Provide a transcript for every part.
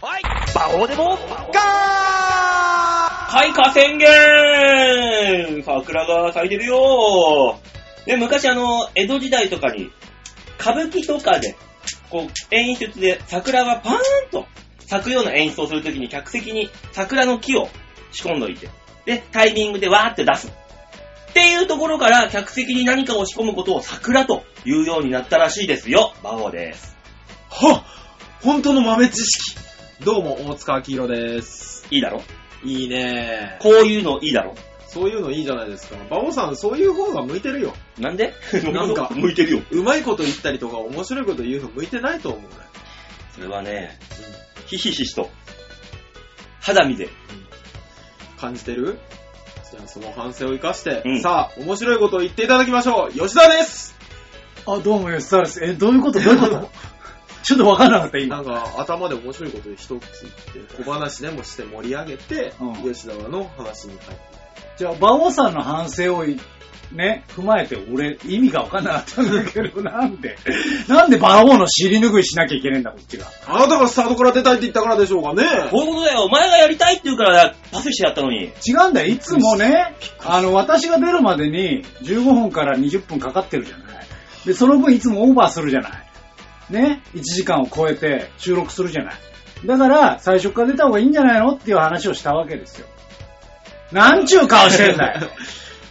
こうでも、ガー開花宣言桜が咲いてるよね、昔あの、江戸時代とかに、歌舞伎とかで、こう、演出で桜がパーンと咲くような演出をするときに客席に桜の木を仕込んどいて、で、タイミングでわーって出す。っていうところから客席に何かを仕込むことを桜というようになったらしいですよ。馬王です。は本当の豆知識どうも、大塚明宏です。いいだろいいねこういうのいいだろそういうのいいじゃないですか。バオさん、そういう方が向いてるよ。なんで なんか向いてるよ。うまいこと言ったりとか、面白いこと言うの向いてないと思うね。それはね、ひしひしと、肌身で。感じてるじゃあ、その反省を生かして、うんさあ、面白いことを言っていただきましょう。吉田ですあ、どうも、吉沢です。え、どういうことどういうことちょっとわからなかっ た、な今。んか、頭で面白いこと一つ言って、小話でもして盛り上げて、うん吉田の話に入って。じゃあ、馬王さんの反省をい、ね、踏まえて、俺、意味がわかんなかったんだけど、なんで、なんで馬王の尻拭いしなきゃいけないんだ、こっちが。あなたがスタートから出たいって言ったからでしょうかねこういうことだよ、お前がやりたいって言うからパスしてやったのに。違うんだよ、いつもね、あの、私が出るまでに15分から20分かかってるじゃない。で、その分いつもオーバーするじゃない。ね、1時間を超えて収録するじゃない。だから、最初から出た方がいいんじゃないのっていう話をしたわけですよ。なんちゅう顔してんだよ。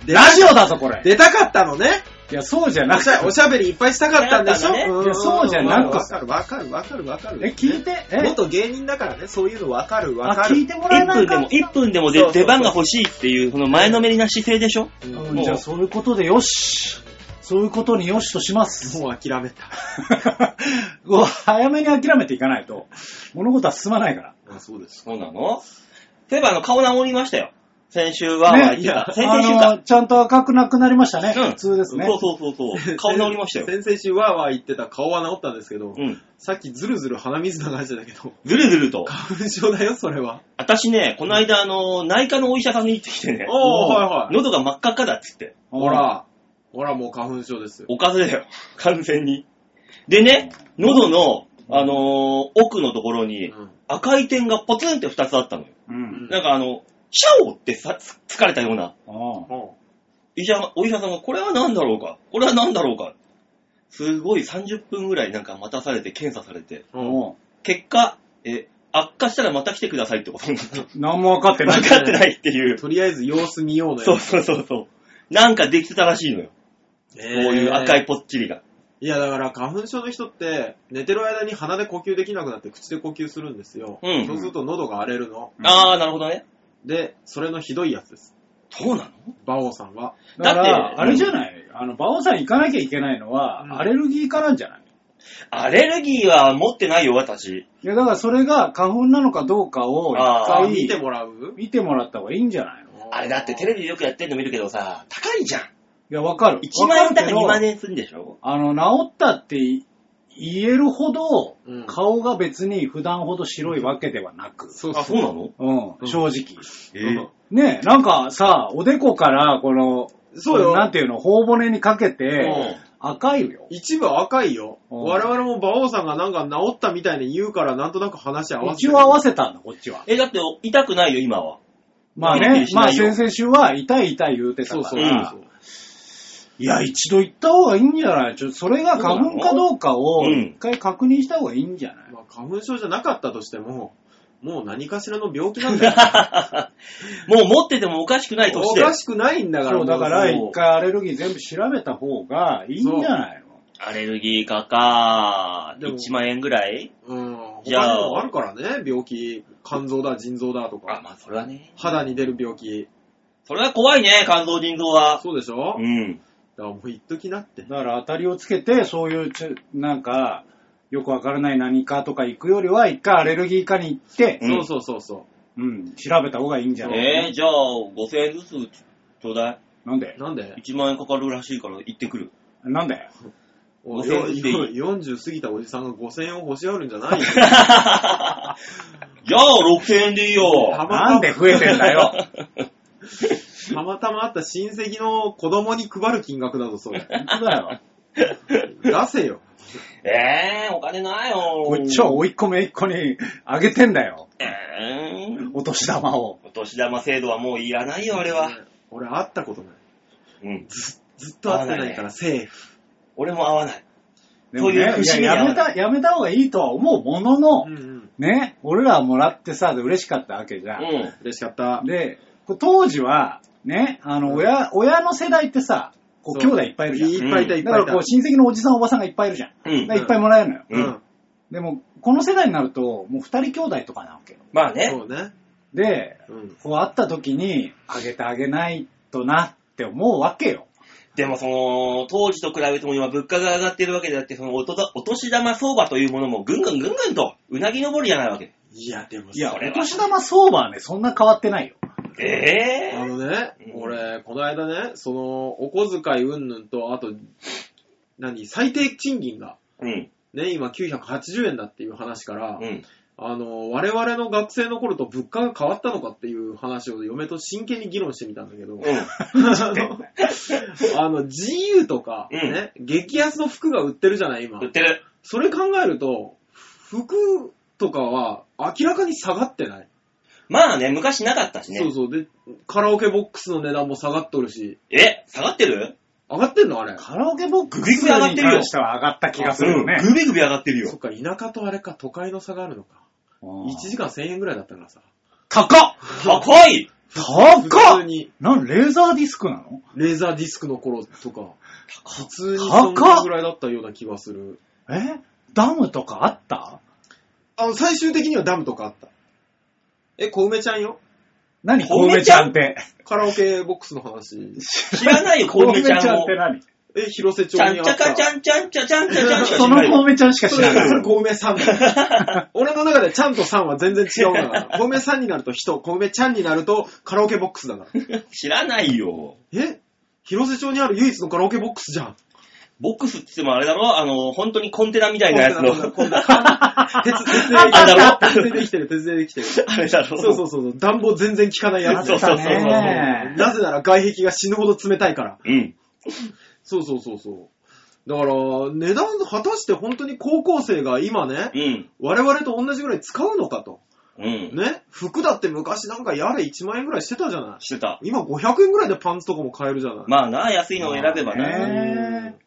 でラジオだぞ、これ。出たかったのね。いや、そうじゃなおくしゃお しゃべりいっぱいしたかったんでしょ、したかったねいやそうじゃなくわかるわかるわかるわかる。て。え、聞いて、え、元芸人だからね、そういうのわかるわあか聞るい。てもらえ1ない分でかも、1分でもそうそでうそう出番が欲しいっていう、この前のめりな姿勢でしょうんうもんじゃあ、そういうことでよし。そういうことによしとします。う諦めた。こ う早めに諦めていかないと、物事は進まないかあそうです。そうなのそういえばあの、顔直りましたよ。先週は、ら。言ってた先あ々週かの、。ちゃんと赤くなくなりましたね。うん普通ですね。そうそうそうそう。顔直りましたよ。 先々週わーわー言ってた顔は治ったんですけど、うん。さっきずるずる鼻水流してたけど、 ずるずると。花粉症だよ、それは。私ね、この間あの、内科のお医者さんに行ってきてね、おー、はいはい。喉が真っ赤っかだっつって。ほら、ほらもう花粉症ですよ。おかずだよ。完全に。でね、喉の、あのー奥のところにうん赤い点がポツンって2つあったのよ。うん。なんかあの、シャオってさ、つ疲れたような。うん医者が、お医者さんが、これは何だろうかこれは何だろうかすごい30分ぐらいなんか待たされて、検査されて。うんうん結果、え、悪化したらまた来てくださいってことになった。何も分かってない分。かってないっていう。とりあえず様子見ようのそよう。そうそうそう。なんかできてたらしいのよ。こうこういう赤いぽっちりが。いやだから花粉症の人って寝てる間に鼻で呼吸できなくなって口で呼吸するんですよ、うんそうすると喉が荒れるのうんあー、なるほどね。でそれのひどいやつですそうなの馬王さんはだだかってら、あれじゃないあの、馬王さん行かなきゃいけないのは、うんアレルギー化なんじゃないアレルギーは持ってないよ、私。いや、だからそれが花粉なのかどうかを、一ああー回見てもらう見てもらった方がいいんじゃないのいあれだってテレビでよくやってんの見るけどさ、高いじゃん。や、わかる。 1万円だか2わるけど万円するんでしょあの、治ったって言えるほど、うん顔が別に普段ほど白いわけではなく、そうあ、そそううなのうん、うん正直。えーねえ、なんかさ、おでこから、この、そうよなんていうの、頬骨にかけてう、赤いよ。一部赤いようん我々も馬王さんがなんか治ったみたいに言うからなんとなく話合わせて一応合わせたんだ、こっちは。え、だって痛くないよ、今は。 まあピリピリね、しまなあいよ先々週は痛い痛い言うてたそかうら。そうそう、ういや、一度行った方がいいんじゃないちょそれが花粉かどうかを、うん一回確認した方がいいんじゃない、まあ、花粉症じゃなかったとしてももう何かしらの病 気なんだよもう持っててもおかしくない年おで。かしくないんだからそう、だからもう一回アレルギー全部調べた方がいいんじゃないのアレルギーかか。でも1万円ぐらいうん他じゃあにもあるからね病気肝臓だ腎臓だとあ、かまあそれはね。肌に出る病気それは怖いね、肝臓腎臓は。そうでしょ、だん。からもう一時なってだから当たりをつけて、そういうちゅ、なんか、よくわからない何かとか行くよりは、一回アレルギー科に行って、うんそうそうそうそうん、調べた方がいいんじゃない、えー、じゃあ、5000円ずつちょうだい。なんでうなんで1万円かかるらしいから行ってくる。なんでお5000円でいいよ40過ぎたおじさんが5000円を欲しがるんじゃ ないよじゃあ、6000円でいいよ。 たなんまで増えてんだよ。たまたまあった親戚の子供に配る金額だぞそれ 本当だよ。出せよ。えー、お金ないよ。こっちは追い込め一個にあげてんだよ。えー、お年玉を。お年玉制度はもういらないよ、あれは。俺会ったことない。うん。ずっと会ってないからセーフ。俺も合わない。でもね、いそういう節や目にやめ合た、やめた方がいいとは思うものの、うんうん。ね、俺らはもらってさ、で嬉しかったわけじゃん。う嬉しかった。で、こう当時は、ね、あの、親、親の世代ってさ、こうそう兄弟いっぱいいるじゃん。いっぱいいた、いっだぱいからいたこう。親戚のおじさんおばさんがいっぱいいるじゃん。ん。うんだから。いっぱいもらえるのよ。ううん。でも、この世代になると、もう二人兄弟とかなわけよ。まあね。そうね。で、うん。こう会った時に、あげてあげないとなって思うわけよ。でもその、当時と比べても今物価が上がってるわけであって、そのおとだお年玉相場というものもぐんぐんぐんぐんと、うなぎ登りじゃないわけ。いや、でもいや、そおれは年玉相場はね、そんな変わってないよ。えあえのねう、ん俺、この間ね、その、お小遣いうんぬんと、あと、何、最低賃金が、うん。ね、今980円だっていう話から、うん。あの、我々の学生の頃と物価が変わったのかっていう話を嫁と真剣に議論してみたんだけど、うん。あのあの、GU とか、うんね、激安の服が売ってるじゃない、今売。ってる。それ考えると、服とかは明らかに下がってない。まあね、昔なかったしね。そうそう。で、カラオケボックスの値段も下がっとるし、え、下がってる上がってんのあれ。カラオケボックグビスグビ上がっにてるよ関しては上がった気がするよね。うんぐびぐび上がってるそっよ。か、田舎とあれか、都会の差があるのか。うん1時間1000円ぐらいだったからさ。高っ高い高普通っに、なん、レーザーディスクなのレーザーディスクの頃とか、普通にそんなぐらいだったような気がする。えダムとかあったあの、最終的にはダムとかあった。え、小梅ちゃんよ何小小梅梅ちちゃゃんんって。カラオケボックスの話。知らないよ、小梅ちゃんをっ。て何え、広瀬町ちゃにあんっちた。ゃかちゃんちゃんちゃちゃんちゃちゃんしかそ知らのない小よ。梅ちゃんしかそ知れらない。それ小梅さんだ俺の中でちゃんとさんは全然違うから。小梅さんになると人、小梅ちゃんになるとカラオケボックスだから。知らないよ。え広瀬町にある唯一のカラオケボックスじゃん。ボックスって言ってもあれだろあの、本当にコンテナみたいなやつの。こんなこんな鉄、鉄であだろ鉄でできてる、鉄でできてる。 あれだろそうそうそうそう、暖房全然効かないあやっつ。たそうそうそう ね。なぜなら外壁が死ぬほど冷たいから。うん。そうそうそうそう。だから、値段、果たして本当に高校生が今ね、うん。我々と同じぐらい使うのかと。うん。ね服だって昔なんかやれ1万円ぐらいしてたじゃないしてた。今500円ぐらいでパンツとかも買えるじゃない、まあな、安いのを選べばまあな。ねうん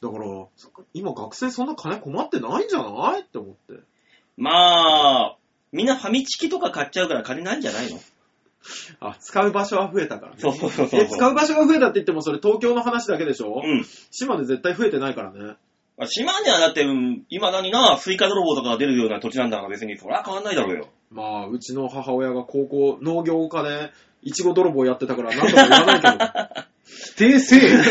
だから、そっか今学生そんな金困ってないんじゃないって思って。まあ、みんなファミチキとか買っちゃうから金ないんじゃないのあ、使う場所は増えたからね。そうそうそうそう。え、使う場所が増えたって言ってもそれ東京の話だけでしょうん。島根絶対増えてないからね。まあ島根はだって、うん未だにな、スイカ泥棒とかが出るような土地なんだから別に、そりゃ変わんないだろうよ。まあ、うちの母親が高校、農業家で、いちご泥棒やってたから何とか言わないけ否定せえ よ。ど、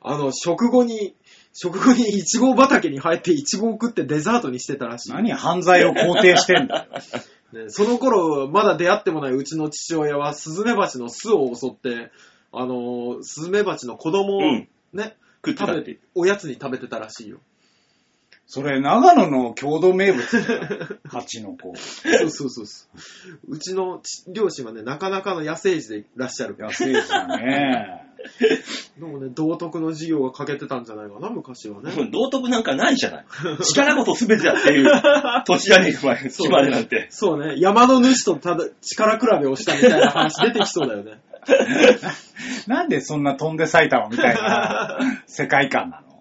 あの、食後に、食後にいちご畑に入っていちごを食ってデザートにしてたらしい。何犯罪を肯定してんだよ。ねその頃、まだ出会ってもないうちの父親は、スズメバチの巣を襲って、あのースズメバチの子供をうんね、食ってた食っべてて。、おやつに食べてたらしいよ。それ、長野の郷土名物だよ。蜂の子。そうそうそうそう。うちのち両親はね、なかなかの野生児でいらっしゃる。安いですよね。でもね、道徳の授業が欠けてたんじゃないかな、昔はね。うん道徳なんかないじゃない。力こそ全てだって いう土地じゃねえか、お前そう島根なんて。そうね、山の主とただ力比べをしたみたいな話出てきそうだ よね。なんでそんな飛んで埼玉みたいな世界観なの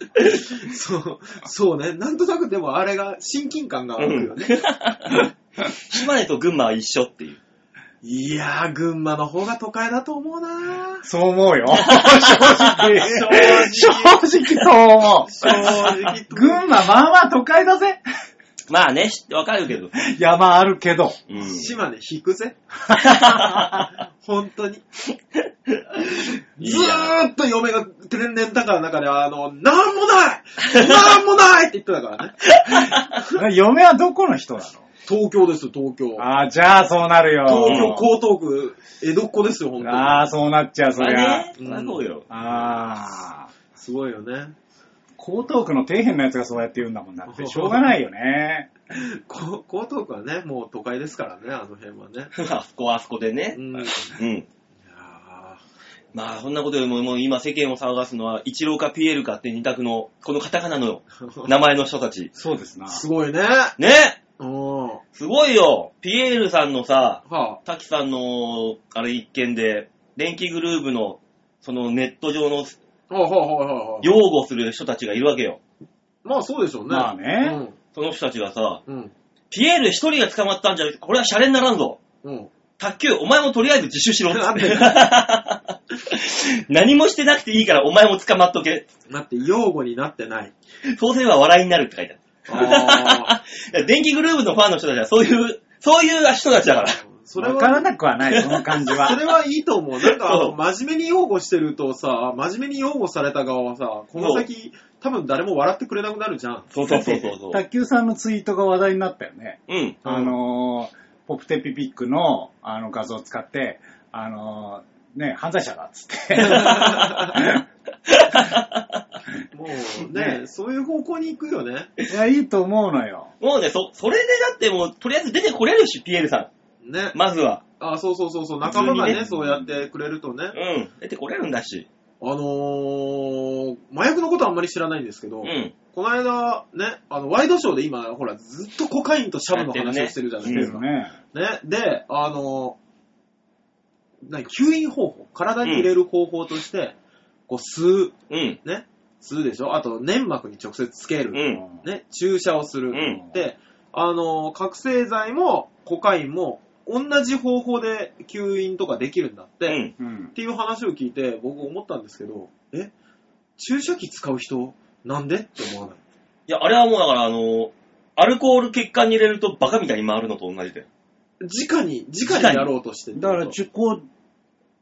そう、そうね、なんとなくでもあれが親近感が湧くよね。 島根と群馬は一緒っていう。いやー、群馬の方が都会だと思うな ーそう思うよ。正直。正直そう思う。正直。群馬、まあまあ都会だぜ。まあね、知ってわかるけど。山あるけど。うん。島根引 くぜ。本当に。ずーっと嫁がテレンレンタカーの中で、あの、なんもないなんもないって言ってたからね。嫁はどこの人な東京ですよ、東京の。ああ、じゃあそうなるよ。東京江東区、江戸っ子ですよ、本当に。ああ、そうなっちゃう、そまありゃ。ね、そりゃそうよ。ああ。すごいよね。江東区の底辺のやつがそうやって言うんだもんだって、しょうがないよね。こ江東区はね、もう都 会ですからね、あの辺はね。あそこはあそこでね。うん。いやうん。ーまあ、そんなことよりも、もう今世間を騒がすのは、イチローかピエールかって二択の、このカタカナの名前の人たち。そうですな。すごいね。ねうん。はすごいよピエールさんのさ、あ。滝さんの、あれ一件で、電気グルーブの、そのネット上のほうほうほうほうほう擁護する人たちがいるわけよ。まあそうでしょうね。まあね。その人たちがさ、うん。うん。ピエール一人が捕まったんじゃなくて、これはシャレにならんぞ。うん。卓球、お前もとりあえず自首しろ。なんで 何もしてなくていいから、お前も捕まっとけ。だって、用語になってない。そうすれば笑いになるって書いてある。ああ。いや電気グループのファンの人たちはそういう、そういう人たちだから。 それわからは、なくはない、その感じは。それはいいと思う。なんか、あそのう真面目に擁護してるとさ、真面目に擁護された側はさ、この先、多分誰も笑ってくれなくなるじゃん。そうそうそうそうそう。卓球さんのツイートが話題になったよね。 うん。うんあのーポプテピピックのあの画像を使って、あのーね、犯罪者だっつって。もうね、ねそういう方向に行くよね。いや、いいと思うのよ。もうね、そ、それでだってもう、とりあえず出てこれるし、ピエールさねん。。まずは。あ、そうそうそうそう、仲間が普ね、通にそうねやってくれるとね。うん。出てこれるんだし。あのー、麻薬のことはあんまり知らないんですけど、うん。この間、ね、あの、ワイドショーで今、ほら、ずっとコカインとシャブの話をしてるじゃないいいでですすか。ね。ね、で、あの、何、吸引方法、体に入れる方法として、こう、吸う、うん。ね、吸うでしょあと、粘膜に直接つけうる、ん。ね、注射をする。うんで、あの、覚醒剤もコカインも、同じ方法で吸引とかできるんだって、うっん。うん。ていう話を聞いて、僕思ったんですけど、え、注射器使う人、なんでって思わない。いや、あれはもうだから、あの、アルコール血管に入れるとバカみたいに回るのと同じで。直に、直にやろうとしてってこだとから、ちゅこう、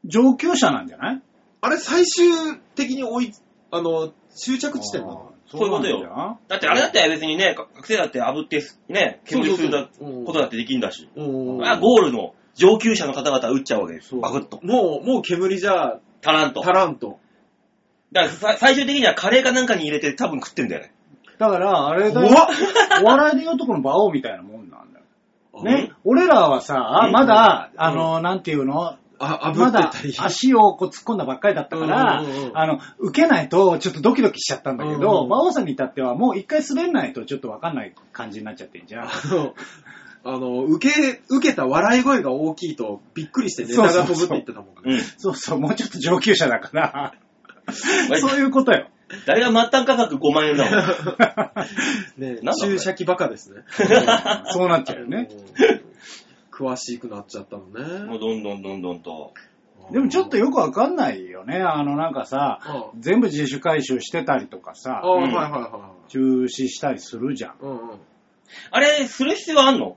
上級者なんじゃないあれ最終的に追い、あの、終着地点なの。あーそういうことよなんだよ。だってあれだって別にね、か覚醒だって炙って、ね、煙するだうんことだってできんだし。うんあゴールの上級者の方々は打っちゃうわけです。そうバクッと。もう、もう煙じゃタランと。足らんと。だからさ最終的にはカレーかなんかに入れて多分食ってんだよね。だから、あれだ怖よ。っお笑いで言うとこの馬王みたいなもんなんだよ。ねうん。俺らはさ、うんまだ、あの、なんていうのあ、炙まだってたり。足をこう突っ込んだばっかりだったからうんうんう、んあの、受けないとちょっとドキドキしちゃったんだけうんうんど、馬王さんに至ってはもう一回滑んないとちょっとわかんない感じになっちゃってん じゃん。あの、 あの、受け、受けた笑い声が大きいと、びっくりしてネタが飛ぶって言ってたもんうね。ん。 そうそう、もうちょっと上級者だから、割と そういうことよ。誰が末端価格5万円だもん。なんねだこれ注射器バカですね。そうなっちゃうよね。うん 詳しくなっちゃったの もうね。どんどんどんどんと。でもちょっとよくわかんないよね。あの、なんかさ、あ全部自主回収してたりとかあ、さあ、あうはんいはいはいはい。中止したりするじゃん。うんうん。あれ、する必要あんの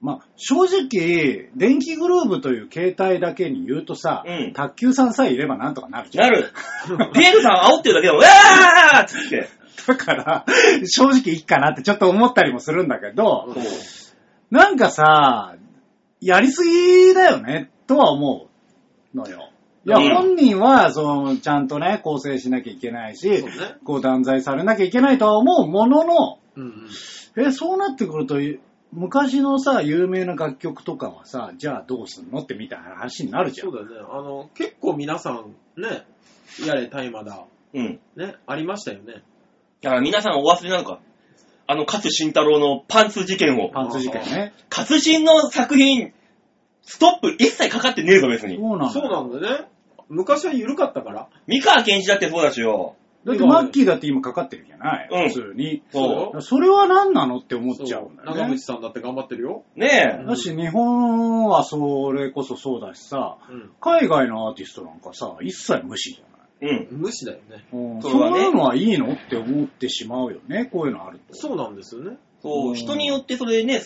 まあ、正直、電気グルーブという形態だけに言うとさ、うん卓球さんさえいればなんとかなるじゃなん。る。ピエールさん煽ってるだけでも、うわーっつって。だから、正直いいかなってちょっと思ったりもするんだけど、うんなんかさ、やりすぎだよね、とは思うのよ。いや、うん本人は、その、ちゃんとね、構成しなきゃいけないし、そうねこう断罪されなきゃいけないとは思うものの、うんうん。え、そうなってくると、昔のさ、有名な楽曲とかはさ、じゃあどうすんのってみたいな話になるじゃそんう。だよね。あの、結構皆さん、ね、やれ、大麻だ、うん。ね、ありましたよね。だから皆さんお忘れなのか。あの、勝慎太郎のパンツ事件を。パンツ事件ね。勝慎の作品、ストップ一切かかってねえぞ、別に。そうなそうの。なんだよね。昔は緩かったから。三河健一だってそうだしよ。だってマッキーだって今かかってるじゃない、うん普通に。そそれは何なのって思っちゃうんだそよ長ね渕。さんだって頑張ってるよ。う。ねだし、日本はそれこそそうだしさ、うん。海外のアーティストなんかさ、一切無視じゃない、え。うん。無視だよね。うん、そそうだねういうのはいいのって思ってしまうよね、こういうのあると。そうなんですよね。そうう、ん人によってそれね、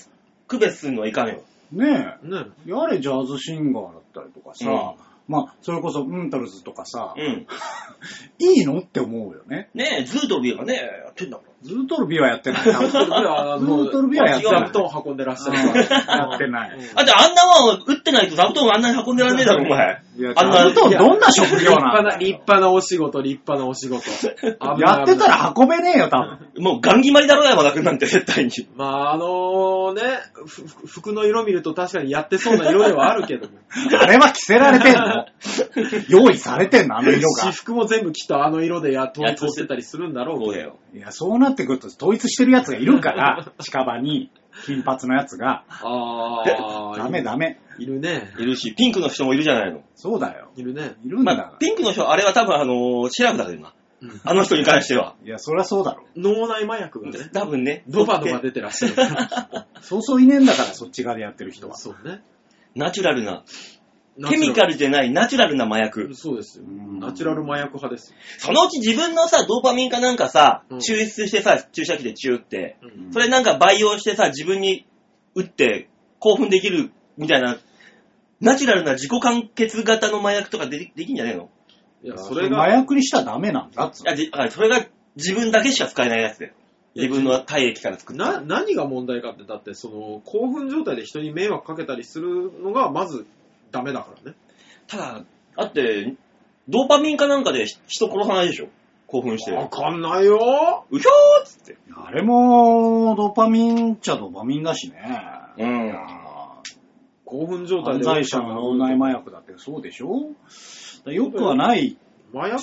区別するのはいかんよ。ね ね。え、やれジャズシンガーだったりとかさ、うんまあ、それこそムンタルズとかさ、うん。いいのって思うよね。ねえ、ズードルビーがね、やってんだかずーっとルビーはやってない。ずっとルビは、ずっとルビはやってない違う布団運んでらっしゃる から。やってないうんだってあんなもん打ってないと座布団あんなに運んでらんねえだろ、お前。いや、ちあんなゃんとどんな職業な立派んな、だ立よ派なお仕事、立派なお仕 事。危なやいってた。ら運べねえよ、多分。もうガン決まりだろ、山田くんなんて絶対に。まあ、あのね、ふふ服の色見ると確かにやってそうな色ではあるけども。あれは着せられてん の用意されてんのあの 色が私。服も全部きっとあの色でや統一してたりするんだそろううだけど。よ。いや、そうなってくると、統一してる奴がいるから、近場に、金髪の奴が、あー、ダメダメ。いるね。いるし、ピンクの人もいるじゃないの。そうだよ。いるね。いるんだから。ピンクの人、あれは多分あのシェラフだけどな。あの人に関しては。いや、そりゃそうだろ。脳内麻薬がね、多分ね。ドバドバ出てらっしゃるから。そうそういねえんだから、そっち側でやってる人は。そう ね。ナチュラルな。ケミカルじゃない、ナチュラルな麻薬。そうですよ。うんナチュラル麻薬派ですよ。そのうち自分のさ、ドーパミンかなんかさ、うん抽出してさ、注射器でチューって。うんそれなんか培養してさ、自分に打って興奮できるみたいな、ナチュラルな自己完結型の麻薬とかでできんじゃねえのいいや、や、そそれれが麻、薬にしちゃダメなんだっつうあじあそれが自分だけしか使えないやつだよ。いや自分の体液から作った。な、何が問題かって、だって、その、興奮状態で人に迷惑かけたりするのが、まず、ダメだからね。ただ、だって、ドーパミンかなんかで人殺さないでしょ興奮して。わかんないようひょーっつって。のあれも、ドーパミンっちゃドーパミンだしね。うんいや興奮状態犯で。罪者の脳内麻薬だってそうでしょよくはない。麻薬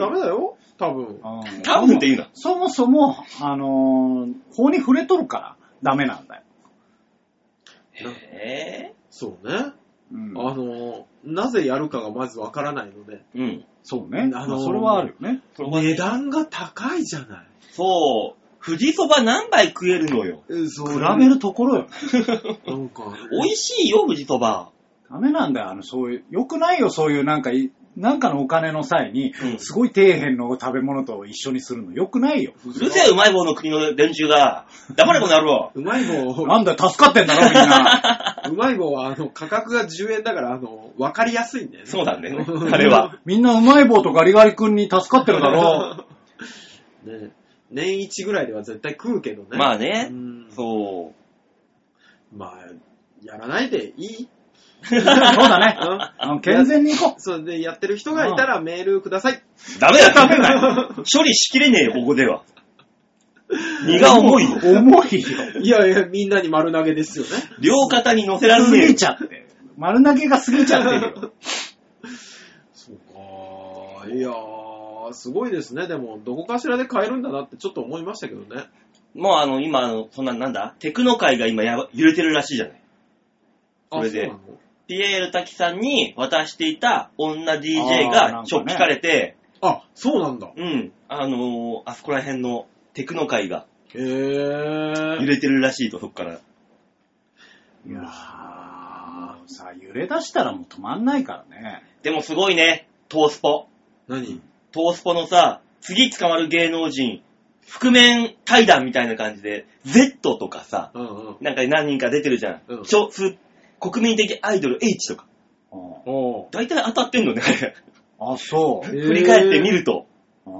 はダメだよ多分。うん多分って言うな。そもそも、あのー法に触れとるからダメなんだよ。へそうね。うんあの、なぜやるかがまずわからないので、ぇうん。そうね。あのーまあそれはあるよね。値段が高いじゃない。そう。富士そば何杯食えるのよ。えそ比べるところよ。なんか、美味しいよ、富士そば。ダメなんだよ、あの、そういう。よくないよ、そういう、なんかい、なんかのお金の際に、うんすごい底辺の食べ物と一緒にするの、よくないよ。うるせえ、うまい棒の国の連中が。黙れ、この野郎。うまい棒、なんだよ、助かってんだろ、みんな。うまい棒は、あの、価格が10円だから、あの、わかりやすいんだよね。そうなんだ よね。あれは。みんなうまい棒とガリガリ君に助かってるだろ う。ね年一ぐらいでは絶対食うけどね。まああね。そう。そう。まあ、やらないでいい。そうだね。うんあの、健全に行こ それでやってる人がいたらメールください。ダメだ、ダメだ。処理しきれねえよ、ここでは。荷が重いよ。う。重いよ。いやいや、みんなに丸投げですよね。両肩に乗せらん過ねえぎよ。ちゃって。丸投げが過ぎちゃってる よ。そうか。いやー、すごいですね。でも、どこかしらで買えるんだなってちょっと思いましたけどね。もうあの、今、あのそんな、なんだテクノ界が今やば、揺れてるらしいじゃない。それでうなのピエール滝さんに渡していた女あ DJ がーなんかねちょっぴかれて、あ、そうなんだ。うん、あのー、あそこら辺のテクノ界がへ 揺ー。れてるらしいと、そっから。いやー、さ、揺れ出したらもう止まんないからね。でもすごいね、トースポ。何トースポのさ、次捕まる芸能人、覆面対談みたいな感じで、Z とかさ、うんうん。なんか何人か出てるじゃん。うんちょす国民的アイドル H とか。うんおー。大体当たってんのね、あれあ、そう。えー振り返ってみると。あ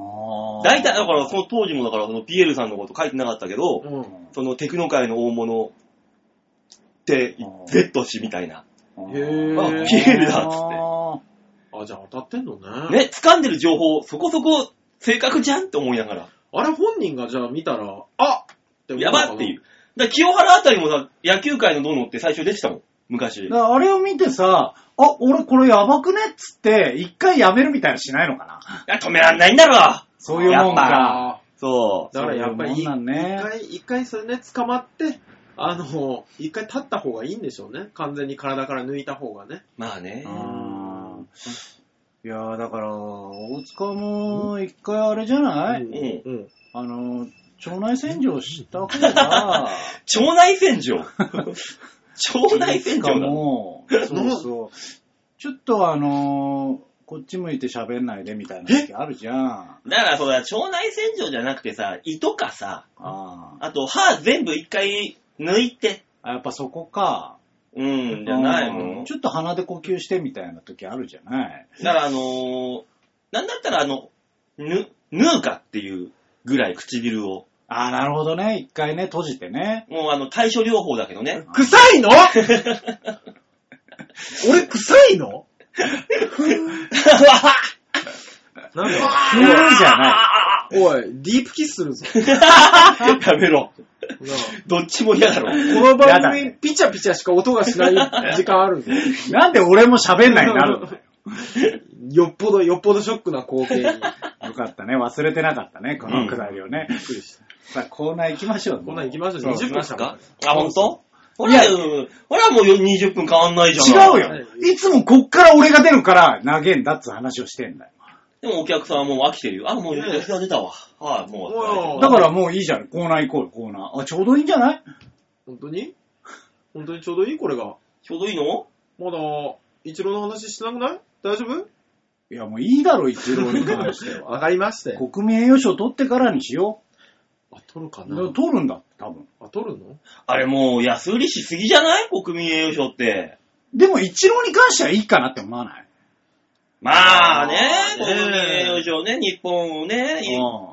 ー大体、だから、その当時もだから、そのピエールさんのこと書いてなかったけど、うん。そのテクノ界の大物ってあー、 Z 氏みたいな。うんへーあピエールだっつってああ、じゃあ当たってんのね、ね。掴んでる情報、そこそこ正確じゃんって思いながら。あれ本人がじゃあ見たら、あって思やのかなばっていう。。だから清原あたりもさ、野球界のどうのって最初出てたもん。ー昔だ。からあれを見てさ、あ、俺これやばくねっつって、一回やめるみたいなのしないのかな。いや止めらんないんだろそういうもんか。あそーだからやっぱり、そういうもんなんね一回、一回それね、捕まって、あの、一回立った方がいいんでしょうね。完全に体から抜いた方がね。う。まあね。うんいやーだから、大塚も一回あれじゃない、うんうん。あの、腸内洗浄した方が、腸内洗 浄。腸内洗し浄かだ。も、そうそう。ちょっとあのーこっち向いて喋んないでみたいな時あるじゃん。あだから、そうだ、腸内洗浄じゃなくてさ、胃とかさ、ああと歯全部一回抜いて、あ。やっぱそこか。うん、じゃないのちょっと鼻で呼吸してみたいな時あるじゃないだから、あのー、なんだったら、あの、ぬ、ぬうかっていうぐらい唇をああ、なるほどね。一回ね、閉じてね。もうあの、対処療法だけど ね。臭 いの俺臭いのなんか、ふーじゃない。なおい、ディープキスするぞ。い。やめろ。なあどっちも嫌だろ。このやだ番組ね、ピチャピチャしか音がしない時間あるぞ。なんで俺も喋んないになるんだよ。よっぽど、よっぽどショックな光景に。びっよかったね。忘れてなかったね。このくだりをね。くりした。さあ、コーナー行きましょう。こんなん行きましょう。そう20分しかか。あ、ほんとほいら、やほらもう20分変わんないじゃん。違うよ。いつもこっから俺が出るから、投げんだっつう話をしてんだよ。でもお客さんはもう飽きてるよ。あ、もうね日が出たわ。はい、もう。おいだからもういいじゃん。コーナー行こうよ、コーナー。あ、ちょうどいいんじゃない本当に本当にちょうどいいこれが。ちょうどいいのまだ、一郎の話してなくない大丈夫いや、もういいだろ、一郎に関しては。上がりまして。 国民栄誉賞取ってからにしよあ、取るかう。取るんだ、多分。あ、取るのあれもう安売りしすぎじゃない国民栄誉賞って。でも、一郎に関してはいいかなって思わないまあね、ま国あね民栄誉賞ね、日本をね、う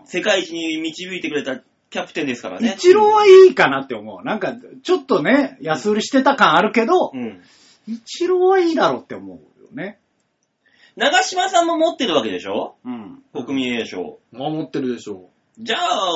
ん世界一に導いてくれたキャプテンですからね。一郎はいいかなって思う。なんか、ちょっとね、安売りしてた感あるけどう、ん。一郎はいいだろって思うよね。長島さんも持ってるわけでしょうん。国民栄誉賞。守ってるでしょじゃあ、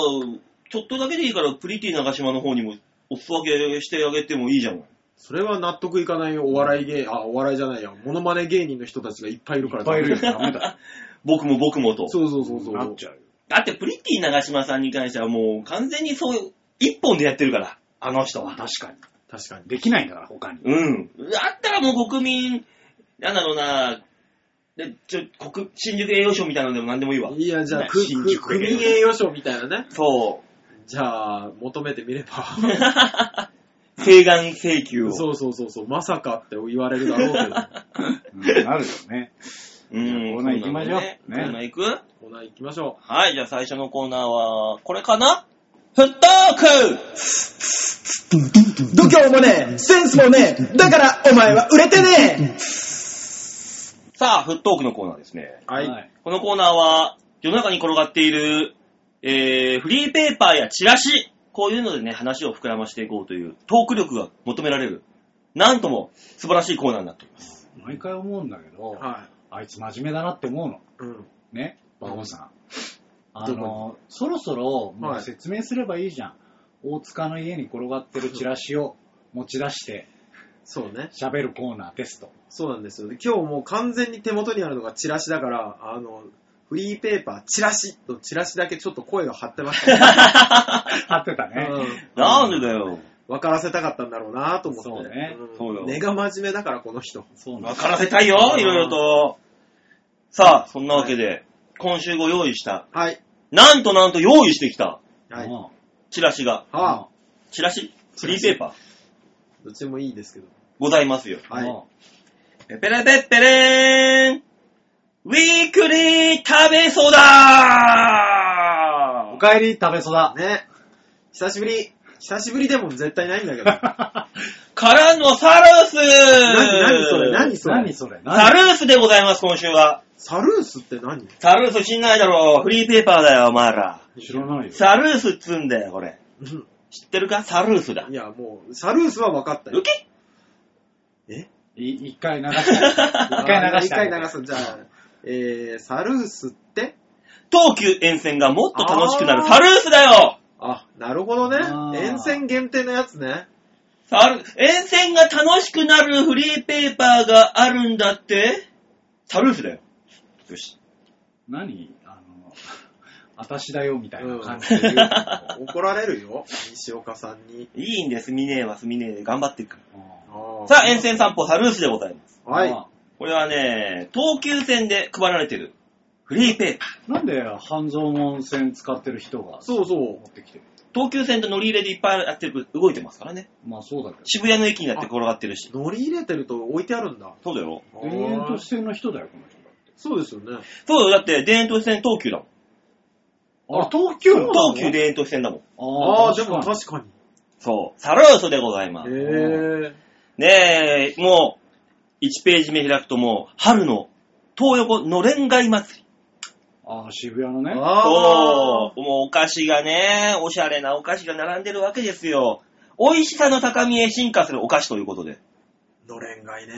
ちょっとだけでいいから、プリティ長島の方にもお裾分けしてあげてもいいじゃん。それは納得いかないお笑い芸、あ、お笑いじゃないや、モノマネ芸人の人たちがいっぱいいるかいら。っぱいいるよ、ダメだ。僕も僕もと。 そうそうそうそう。なっちゃうよ。だってプリティ長島さんに関してはもう完全にそう、一本でやってるから、あの人は。確かに。確かに。できないんだから、他に。うん。だったらもう国民、なんだろうな、でちょ国新宿栄養賞みたいなのでも何でもいいわ。いや、じゃあ、ねく新く宿国へ栄誉賞みたいなね。そじゃあ、求めてみれば。う。請願請求を。そうそうそうそう、まさかって言われるだろうけど。うん、なるよね。うじゃあん。コーナー行きましょそうなうねんだよねコーナー行くコーナー行きましょはい、じゃあ最初のコーナーは、これかなフットークう。度胸もねえ、センスもねえ、だからお前は売れてねさあ、フットークのコーナーですね。えはい。このコーナーは、世の中に転がっている、えー、フリーペーパーやチラシ、こういうのでね、話を膨らましていこうという、トーク力が求められる、なんとも素晴らしいコーナーになっております。毎回思うんだけど、はい。あいつ真面目だなって思うの。うん。ね、馬王さん。あどこの、そろそろもはうい説明すればいいじゃん。大塚の家に転がってるチラシを持ち出してそうね。喋るコーナーテスト。そうなんですよ。で今日もう完全に手元にあるのがチラシだから、あの、フリーペーパー、チラシとチラシだけちょっと声が張ってました、ね。合ってたね。うんなんでだよ。分からせたかったんだろうなと思って。そうねんそうよ根が真面目だから、この人。そうなんわだ。からせたいよ、いろいろと。さあ、そんなわけで、今週ご用意した、はい。なんとなんと用意してきた、はい。うんはチラシが、あ、チラシフリーペーパーどっちでもいいですけど。ございますよ。はい。もペペレペッペレーンウィークリー食べそだうおかえり、食べそだ。ね。久しぶり。久しぶりでも絶対ないんだけ ど。からのサルース何何それ 何それ何それサ何ルースでございます、今週は。サルースって何 サルース知んないだろフリーペーパーだよ、お前ら。知らないよ。サルースっつうんだよ、これ。うん知ってるかサルースだい。や、もう、サルースは分かったウよ。キい一回流 した。一回流した。あー一回流す。じゃあ、えー、サルースって東急沿線がもっと楽しくなるあーサルースだよあ、なるほどねあ。ー沿線限定のやつね。サル、沿線が楽しくなるフリーペーパーがあるんだってサルースだよ。よし。何あの、あたしだよみたいな感じで 言うけど。怒られるよ、西岡さんに。いいんです、ミネーはミネーで頑張っていく。うんさあ、沿線散歩、サルースでございます。あはい。まこれはね、東急線で配られてるフリーペーパー。あなんで半蔵門線使ってる人がそうそう持。ってきてる東急線と乗り入れでいっぱいやってる、動いてますからね。まあそうだけど。渋谷の駅になって転がってるし。乗り入れてると置いてあるんだ。そうだよ。田園都市線の人だよ、この人だって。そうですよね。そうだよ、だって田園都市線東急だもん。あ、東急なの東急。田園都市線だもん。あああ、あ、ででもも確かに。そう。サルースでございます。へえ。ねえ、もう、1ページ目開くともう、春の東横のれん街祭り。ああ、渋谷のね。あよ。もうお菓子がね、おしゃれなお菓子が並んでるわけですよ。美味しさの高みへ進化するお菓子ということで。のれんがいね。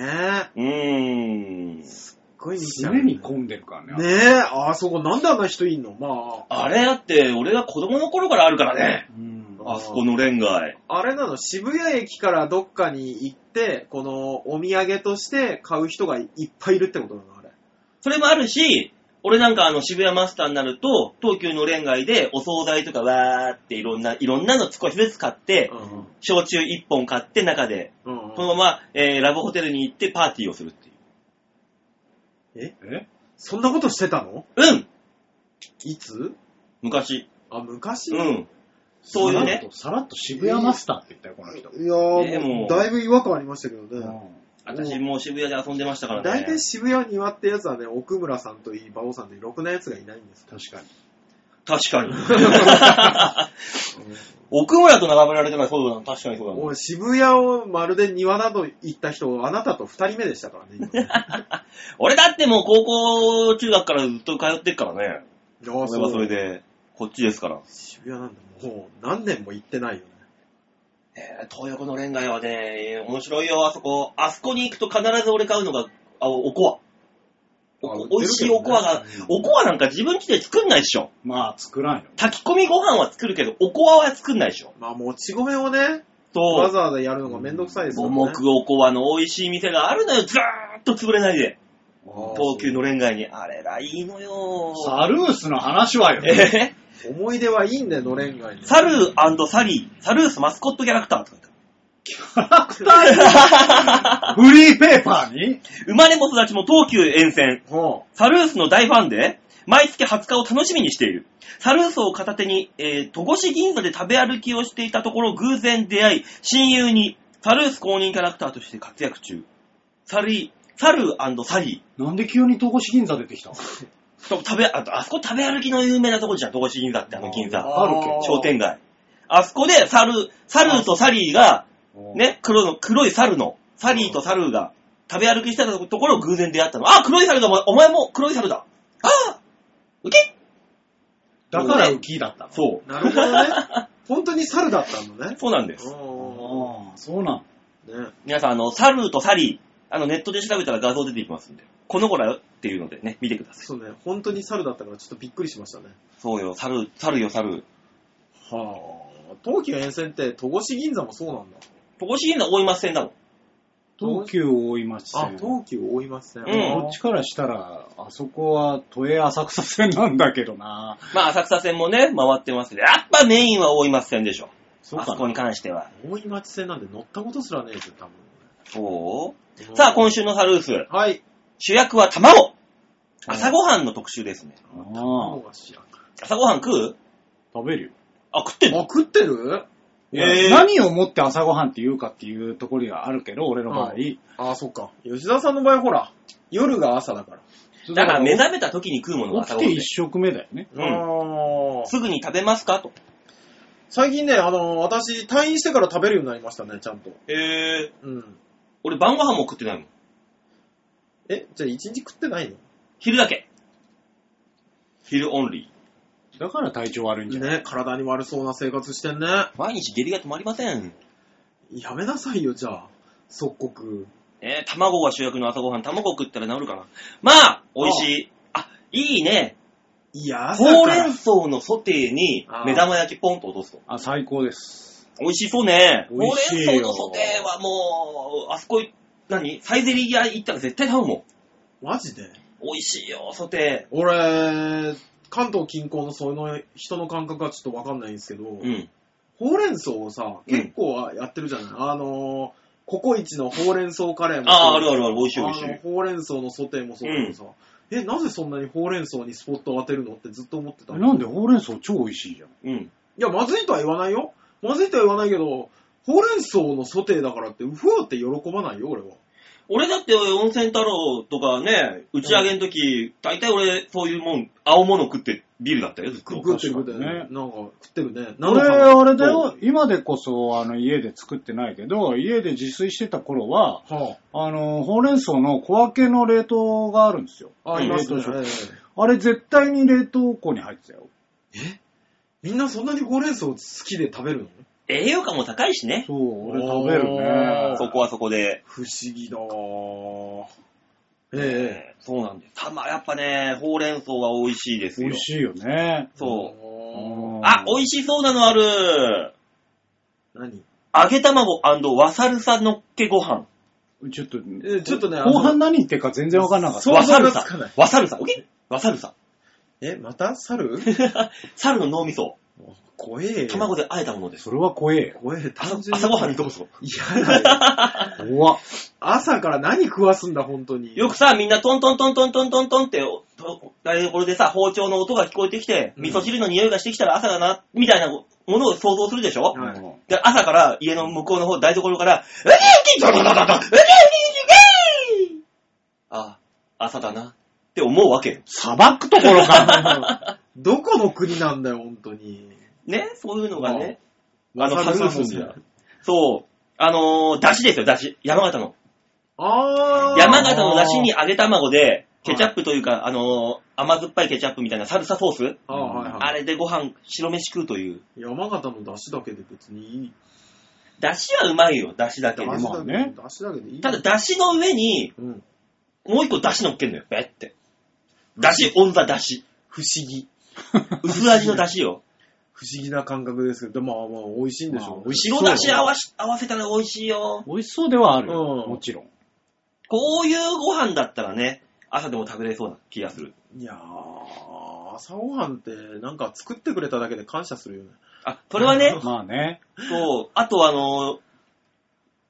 うーん。すっごい人気あ常るに混んでるからねね。え、あそこなんであんな人いんのまあ。あれだって、俺が子供の頃からあるからね。うんあーあそこのレンガイ。あれなの、渋谷駅からどっかに行って、このお土産として買う人がいっぱいいるってことなの、あれ。それもあるし、俺なんかあの渋谷マスターになると、東急のレンガイでお惣菜とかわーっていろんな、いろんなの少しずつ買って、ん焼酎1本買って中で、うんこのまま、えーラブホテルに行ってパーティーをするっていう。えそんなことしてたのうんいつ昔。あ、昔うん。そういうさらっね。とさらっと渋谷マスターって言ったよ、この人。いやー、でももうだいぶ違和感ありましたけどうね。ん私もう渋谷で遊んでましたからね。大体渋谷庭ってやつはね、奥村さんといい、馬王さんといい、ろくなやつがいないんですよ。確かに。確かに。 奥村と並べられたらそうだな。確かにそうだな。俺、渋谷をまるで庭など行った人、あなたと二人目でしたからね、今 ね俺だってもう高校、中学からずっと通ってっからね。いやーそれはそれで、こっちですから。渋谷なんだ、もう何年も行ってないよね。えー、東横のレンガ屋はね、面白いよ、あそこ。あそこに行くと必ず俺買うのが、あおこわ。おこあ美味しいおこわが、おこわなんか自分家で作んないっしょ。まあ、作らんよ。炊き込みご飯は作るけど、おこわは作んないっしょ。まあ、もち米をね、そわう。ざわざやるのがめんどくさいですよ五ね。目おこわの美味しい店があるのよ、ずーっと潰れないで。あ東急のレンガ屋に。あれらいいのよ。サルースの話はよ。え思い出はいいんだよ、のれん街に。ー、サルーサリー、サルースマスコットキャラクターとか言っ フリーペーパーにた生まれも育ちも東急沿線。ほサルースの大ファンで、毎月20日を楽しみにしている。サルースを片手に、えー、戸越銀座で食べ歩きをしていたところ偶然出会い、親友に、サルース公認キャラクターとして活躍中。サリー、サルーサリー。なんで急に東越銀座出てきたのそう食べ、あと、あそこ食べ歩きの有名なとこじゃん、戸越銀座ってあの銀座。あるけーど商店街。あそこで、サル、サルーとサリーが、。ね、黒の、黒い猿の、サリーと猿が食べ歩きしてたところを偶然出会ったの。あ、黒い猿だ、お前お前も黒い猿だ。ああウケだからウキだったの。そうう。。なるほ どね。本当に猿だったのね。そうなんです。おああ、そうなんーね皆さん、あの、サルーとサリー、あの、ネットで調べたら画像出てきますんで、この子らよっていうのでね、見てください。そうね、本当に猿だったからちょっとびっくりしましたね。そうよ、サルー、サルよ、サルー。はあ、東急沿線って戸越銀座もそうなんだ。戸越銀座大井松線だもん。東急大井町あ、線。東急大井町線。うんこっちからしたら、あそこは都営浅草線なんだけどな。まあ、浅草線もね、回ってますけど、やっぱメインは大井松線でしょ。そうあかそこに関しては。大井町線なんで乗ったことすらねえですよ、多そう分。さあ、今週のサルース、はい。主役は卵朝ごはんの特集ですね。ああ卵が主役。あ、朝ごはん食う食べるよ。あ、食ってんの食ってるえー何をもって朝ごはんって言うかっていうところがあるけど、俺の場合。あ、そっか。吉田さんの場合ほら、夜が朝だから。だから目覚めた時に食うものが起朝きごはんてで一。食目だよね。うんあーすぐに食べますかと。最近ね、あの、私、退院してから食べるようになりましたね、ちゃんと。えー、うん。俺晩ご飯も食ってないもん。え、じゃあ一日食ってないの昼だけ。昼オンリー。だから体調悪いんじゃない、ね、体に悪そうな生活してんね。毎日下痢が止まりません。やめなさいよ、じゃあ。即刻。えー卵が主役の朝ごはん、卵食ったら治るかな。まあ、美味しい。あ、いいね。いや、朝ほうかれんら。草のソテーにあー目玉焼きポンと落とすと。あ、最高です。美味しそうね。ほう美れん味しい草よのソテーはもう、あそこい、何サイゼリヤ行ったら絶対頼むもん。マジで美味しいよ、ソテ俺、関東近郊のその人の感覚はちょっとわかんないんですけど、ー。うん。ほうれん草をさ、うん結構はやってるじゃない、あのー、ココイチのほうれん草カレーもそうああ、あるあるある、美味しい美味しあいの。ほうれん草のソテーもそうだけどさ、え、なぜそんなにほうれん草にスポットを当てるのってずっと思ってたえのなんいでほうれん草超美味しいじゃん。うん。や、まずいとは言わないよ。まずいとは言わないけど、ほうれん草のソテーだからって、うふおって喜ばないよ、俺は。俺だって温泉太郎とかね、打ち上げの時、大体俺そういうもん、青物食ってビールだったよ、ずっと食ってる食ってる、確かにねなんか食ってるね。俺、あれだはよ、今でこそ、あの、家で作ってないけど、家で自炊してた頃は、ああの、ほうれん草の小分けの冷凍があるんですよ。あ、いますね。あれ絶対に冷凍庫に入ってたよ。みんなそんなにほうれん草好きで食べるの栄養価も高いしね。そう、俺食おべーるね。そこはそこで。不思議だぁ。えええそうなんです。たま、やっぱね、ほうれん草は美味しいです美よ。味しいよね。そうおーう。あ、美味しそうなのある。何揚げ卵わさるさのっけご飯。い。ちょっと、えちょっとねあの後半何言ってるか全然わかんなかった。そうわさる想像がさつかない。わさるさ。オッケーわさるさ。 え、また猿猿の脳みそ。怖えよ。卵で和えたものです。それは怖えよ。怖え、朝単純朝ごはんにどうぞ。嫌だよ。怖っ朝から何食わすんだ、本当に。よくさ、みんなトントントントントントントンって、と台所でさ、包丁の音が聞こえてきて、うん味噌汁の匂いがしてきたら朝だな、みたいなものを想像するでしょ、はいもで朝から家の向こうの方、台所から、ウキウキドドドドドウキウキウキウキあ、朝だなって思うわけよう。砂漠ところか。 どこの国なんだよ、本当に。ねそういうのがね。わのさるさカルースんンだそう。あのー、だしですよ、だし。山形の。あー。山形のだしに揚げ卵で、ケチャップというか、あのー、甘酸っぱいケチャップみたいなサルサソース、あーはいあはれでご飯、白飯食うという。い。山形の出汁だけで別にいい。だしはうまいよ、だしだけ出で汁まも。あだけねで、出汁だけでいい。ただ、、だしの上に、うん。もう一個だし乗っけんのよ、べって。だし、オンザだし。不思議。薄味のだしよ。不思議な感覚ですけど、まあまあ、 美味しいんでしまょあう。美味し白だし合わし合わせたら美味しいよ。美味しそうではあるよ。うんもちろん。こういうご飯だったらね、朝でも食べれそうな気がする。いやー、朝ごはんって、なんか作ってくれただけで感謝するよね。あ、それはね、まあね。そう、あとあの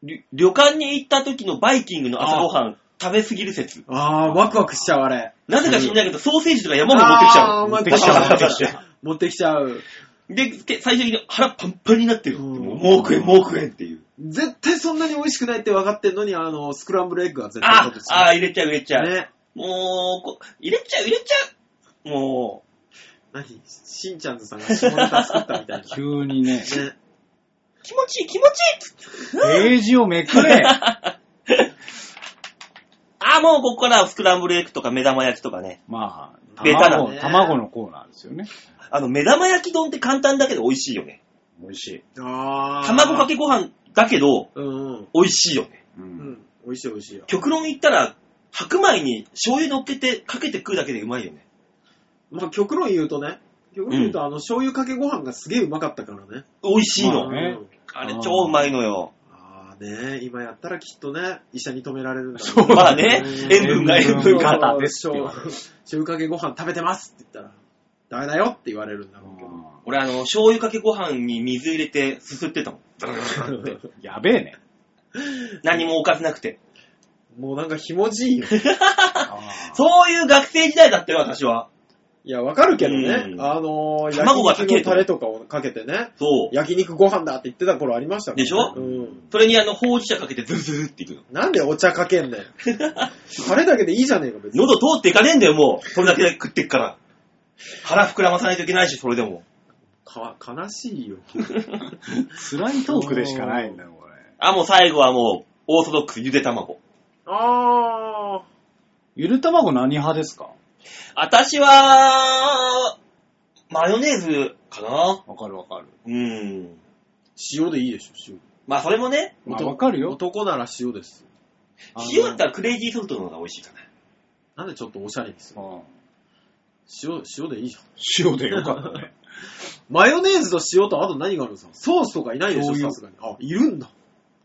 旅、旅館に行った時のバイキングの朝ごはん食べ過ぎる説。あー、ワクワクしちゃう、あれ。なぜか知んないけど、ソーセージとか山も持ってきちゃあう。ー持まっあてきちゃう、持バっカてバきカちゃ持ってきちゃう。で、け最終的に腹パンパンになってる。うんもうもう食えん、もう食えんっていう。絶対そんなに美味しくないって分かってんのに、あの、スクランブルエッグは絶対あ食べちあゃー、入れちゃう、入れちゃう。う。ね。もうこ、入れちゃう、入れちゃう。も何しんちゃんずさんが下ネタ作ったみたいな。急にね、ね。う、気持ちいい、気持ちいい。ページをめくれ。ああ、もうここからはスクランブルエッグとか目玉焼きとかね。まあ、ベタだ卵ね卵のコーナーですよね。あの、目玉焼き丼って簡単だけど美味しいよね。美味しい。 あー。卵かけご飯だけどうんうん。美味しいよね。う。うんん。美味しい美味しいよ。極論言ったら、白米に醤油乗っけて、かけて食うだけでうまいよね。まあ、極論言うとね。極論言うと、あの、醤油かけご飯がすげえうまかったからね。美味しいの。まあねうんあれ超うまいのよ。あーね、今やったらきっとね、医者に止められるんだろうねそうまあねう、ん塩分が塩分が。型ですって言われる醤油かけご飯食べてますって言ったら、ダメだよって言われるんだろうけど。俺あの、醤油かけご飯に水入れてすすってたもん。やべえね。何もおかずなくて。もうなんかひもじいよ。うそういう学生時代だったよ、私は。いや、わかるけどねう。んあのー、卵が高焼い肉とのタレとかをかけてね、そう。焼肉ご飯だって言ってた頃ありましたもんねでしょうん。それにあの、ほうじ茶かけてズズーっていくの。なんでお茶かけんだよ。タレだけでいいじゃねえか、別に。喉通っていかねえんだよ、もう。それだけで食ってっから。腹膨らまさないといけないし、それでも。か悲しいよ。辛いトークでしかないんだよ、これ。あ、もう最後はもう、オーソドックスゆで卵。あゆる卵何派ですか私は、マヨネーズかなわかるわかる。うん。ー。塩でいいでしょ、塩。まあそれもね、まあ男わかるよ。男なら塩です。あの塩だったらクレイジーソフトの方が美味しいかな。なんでちょっとおしゃれにするうん塩、塩でいいじゃん。塩でよかったね。マヨネーズと塩とあと何があるんですかソースとかいないでしょ、醤油さすがに。あ、いるんだ。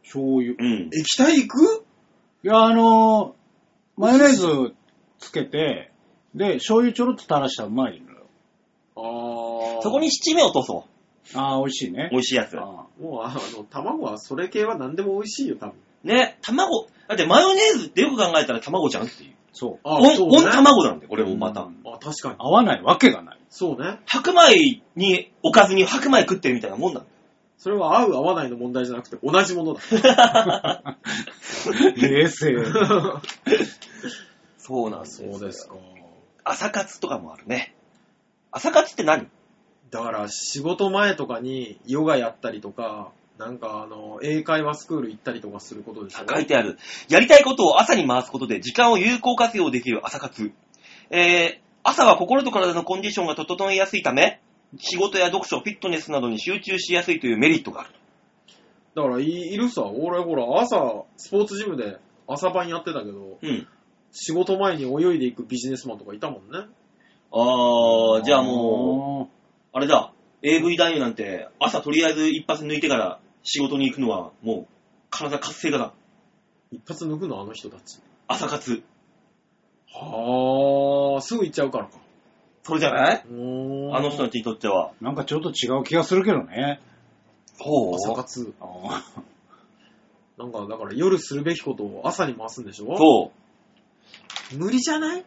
醤油。いうん。液体いくや、あのー、マヨネーズつけて、で、醤油ちょろっと垂らしたらうまいのよ。あー。そこに七味落とそああ、美味しいねう。。美味しいやつ。あもうあの、卵はそれ系は何でも美味しいよ、多分。ね、卵。だってマヨネーズってよく考えたら卵じゃんっていう。ーそう。あ温、温ね。卵なんで、俺もまた。うんあ、確かに。合わないわけがない。そうね。白米に、おかずに白米食ってるみたいなもんなんだ。それは合う合わないの問題じゃなくて同じもの だ。冷静。そうなんそうです。か。朝活とかもあるね。朝活って何だから仕事前とかにヨガやったりとか、なんかあの、英会話スクール行ったりとかすることでしょ。書いてある。やりたいことを朝に回すことで時間を有効活用できる朝活。えー、朝は心と体のコンディションが整いやすいため、仕事や読書、フィットネスなどに集中しやすいというメリットがある。だからい、いるさ、俺ほら、朝、スポーツジムで朝晩やってたけど、うん。仕事前に泳いでいくビジネスマンとかいたもんね。 あー、じゃあもう、もあれだ、AV 男優なんて、朝とりあえず一発抜いてから仕事に行くのは、もう、体活性化だ。一発抜くの、あの人たち。朝活。はあ、すぐ行っちゃうからか。それじゃないあのあの人たちにとっては。う、なんかちょっと違う気がするけどね。ほ朝そう。活。あなんか、だから夜するべきことを朝に回すんでしょそう。無理じゃない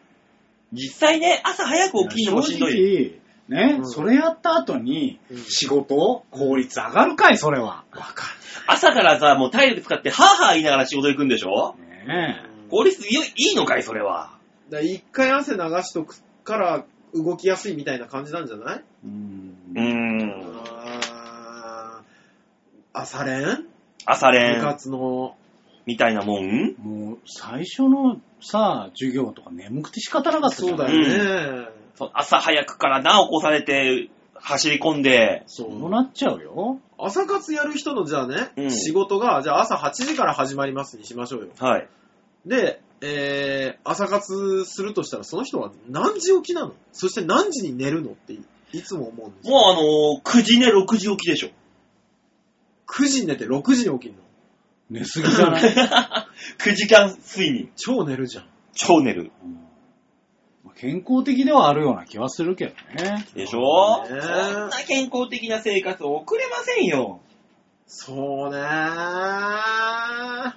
実際ね、朝早くー起きるのもしんどい。正直、ね、うんそれやった後にうん、仕事、効率上がるかい、それは。わか朝からさ、もう体力使って、はぁはぁ言いながら仕事行くんでしょねえ。効率いいいのかい、それは。だから一回汗流しとくから動きやすいみたいな感じなんじゃない、うんうーん。あー朝練朝部練活の、みたいなもんもう、最初のさ、授業とか眠くて仕方なかったじゃそんうだよね。そう朝早くからな、起こされて、走り込んで、そそうう。なっちゃうよ。朝活やる人のじゃあね、うん仕事が、じゃあ朝8時から始まりますにしましょうよ。はい。で、えー、朝活するとしたらその人は何時起きなのそして何時に寝るのっていいつも思うんですよ。もうあのー、9時寝6時起きでしょ。 9時に寝て6時に起きるの。寝すぎ じゃない、 9時間睡眠。超寝るじゃん。超寝る。うんまあ健康的ではあるような気はするけどね。でしょ、ねそんな健康的な生活送れませんよ。そうねー。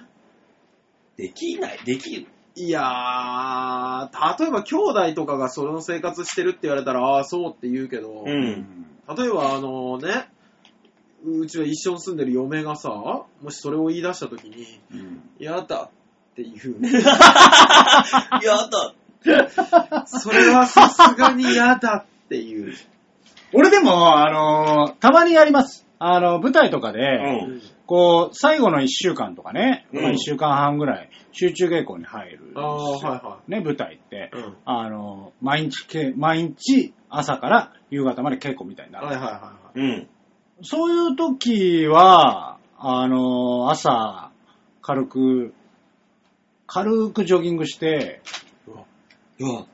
できない、できる。いやー、例えば兄弟とかがその生活してるって言われたら、ああー、そうって言うけど、う。うん例えばあのね、うちは一緒に住んでる嫁がさ、もしそれを言い出した時に、うんやだっていう。や だ。 それはさすがにやだっていう。俺でも、あのーたまにやります。あの、舞台とかで、うん。こう、最後の1週間とかね、うんまあ1週間半ぐらい、集中稽古に入るんですあよ。あ、はいはい。ね、舞台って、うんあの、毎日け、毎日朝から夕方まで稽古みたいになる。はいはいはい。うん。そういう時は、あの、朝、軽く、軽くジョギングしてうわ。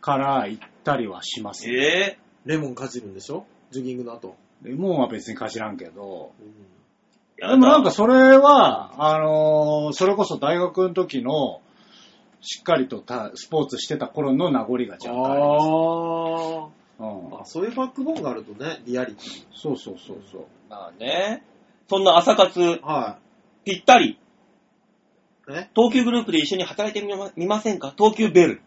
から行ったりはします。えレモンかじるんでしょジョギングの後。でもうは別にかじらんけど、うんぇ、やでだもなんか、それは、あのーそれこそ大学の時の、しっかりとたスポーツしてた頃の名残が若干あります。あうんーあ、そういうバックボーンがあるとね、リアリティ。そうそうそうそう。まあね。そんな朝活、はぴったり、い。ね東急グループで一緒に働いてみまみませんか東急ベル。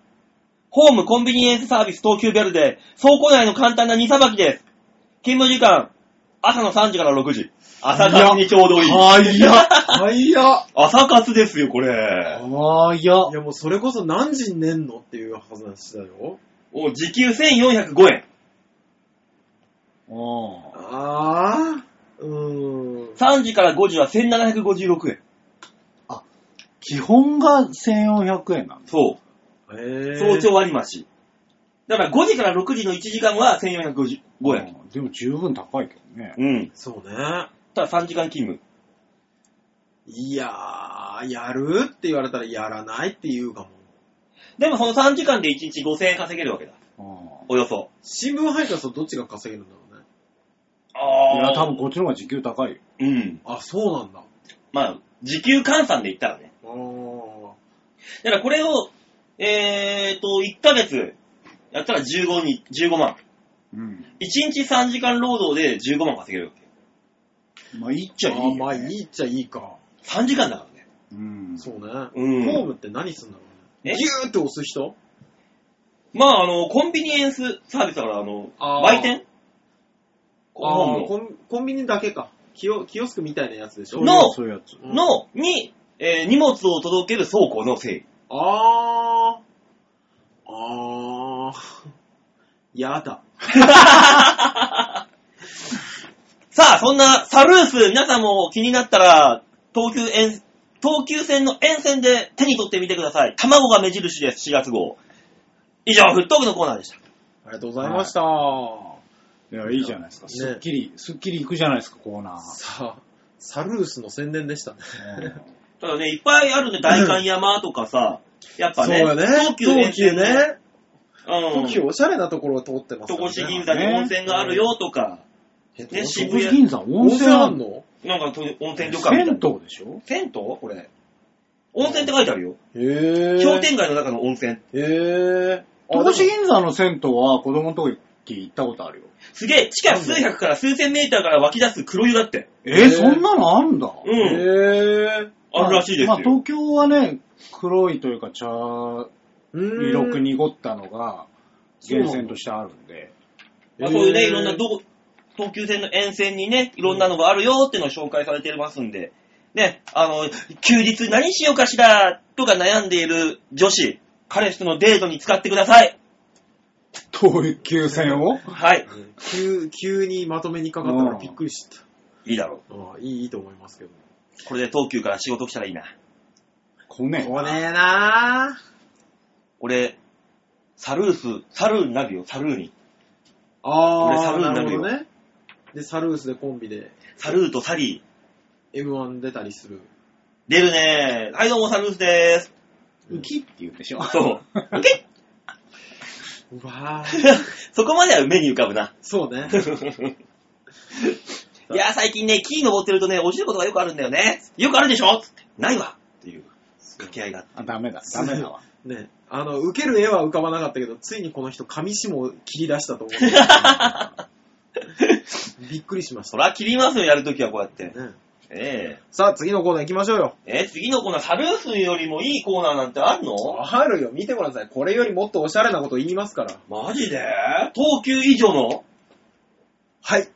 ホームコンビニエンスサービス東急ベルで、倉庫内の簡単な荷さばきです。勤務時間、朝の3時から6時。朝活にちょうどいい。はいやはいや。朝活ですよ、これ。はいやいやもうそれこそ何時に寝んのっていう話だよ。お時給1405円。うんああ、うーん。 3時から5時は1756円。基本が1400円なんだ。そう。え早朝割り増し。だから5時から6時の1時間は1455円。うんでも十分高いけどね。うん。そうね。ただ3時間勤務。いやー、やるって言われたらやらないって言うかも。でもその3時間で1日5000円稼げるわけだ。うんおよそ。新聞配達とどっちが稼げるんだろうね。あいや、多分こっちの方が時給高いよ。うん。あ、そうなんだ。まあ、時給換算で言ったらね。あーだからこれを、えーと、1ヶ月やったら15に、15万。うん。 1日3時間労働で15万稼げるわけ。まあ、いいっちゃいいあよ、ーね。まあいいっちゃいいか。 3時間だからね。うん。そうね。うんホームって何すんだろうね。えギューって押す人まあ、あの、コンビニエンスサービスだから、あの、あー売店あホーーコンコンビニだけか。キオキオスクみたいなやつでしょそういうのそういうやつ。ムの、に、えー荷物を届ける倉庫の整あー。あー。 やだ。理。さあ、そんなサルース、皆さんも気になったら、東急沿、東急線の沿線で手に取ってみてください。卵が目印です、4月号。以上、フットオフのコーナーでした。ありがとうございました。いや、いいじゃないですか。ねすっきり、すっきり行くじゃないですか、コーナー。さあ、サルースの宣伝でしたね。ただね、いっぱいあるね、代官山とかさ、やっぱね、東急沿東急線の。ね。うん。東急おしゃれなところを通ってます戸からね。越銀座に温泉があるよとか、えっとねうん渋渋谷谷銀座温温泉泉ああんんののなんかと温泉旅館みたい銭な。湯でしょ銭湯これ。温泉って書いてあるよ。へぇー。商店街の中の温泉。へぇー。あ戸越でも銀座の銭湯は子供の時行ったことあるよ。すげえ、地下数百から数千メーターから湧き出す黒湯だって。えへー、ーそんなのあるんだ。うん。へぇー。あるらしいですよまあ、。東京はね、黒いというか茶うーん色く濁ったのが源泉としてあるんで。まあ、そういうね、いろんなへーどこ、東急線の沿線にね、いろんなのがあるよっていうのを紹介されてますんで、ね、あの、休日何しようかしらとか悩んでいる女子、彼氏とのデートに使ってください。東急線をはい。急、急にまとめにかかったからびっくりした。いいだろあいい、いいと思いますけど。う。これで東急から仕事来たらいいな。来ねえ来ねえなぁ。俺、サルース、サルーになるよ、サルーに。俺サルーあー、にななるるよほどね。で、サルースでコンビでサルーとサリー。 M1 出たりする。出るねはい、どうも、サルースでーす。ウキって言うでしょ。 そう。オッケうーわぁ。 そこまでは目に浮かぶな。そうね。いや、最近ね、木登ってるとね、落ちることがよくあるんだよね。よくあるでしょつってないわっていう掛け合いがあって。あ、ダメだ、ダメだわ。ね、あの、受ける絵は浮かばなかったけど、ついにこの人、紙下を切り出したと思 う。びっくりしましそた。ら切りますよ、やるときはこうやって。ねえさあ、次のコーナー行きましょうよ。ええ次のコーナー、サルースよりもいいコーナーなんてあんのあるよ、見てごらんなさい。これよりもっとおしゃれなこと言いますから。マジで東急以上のはい。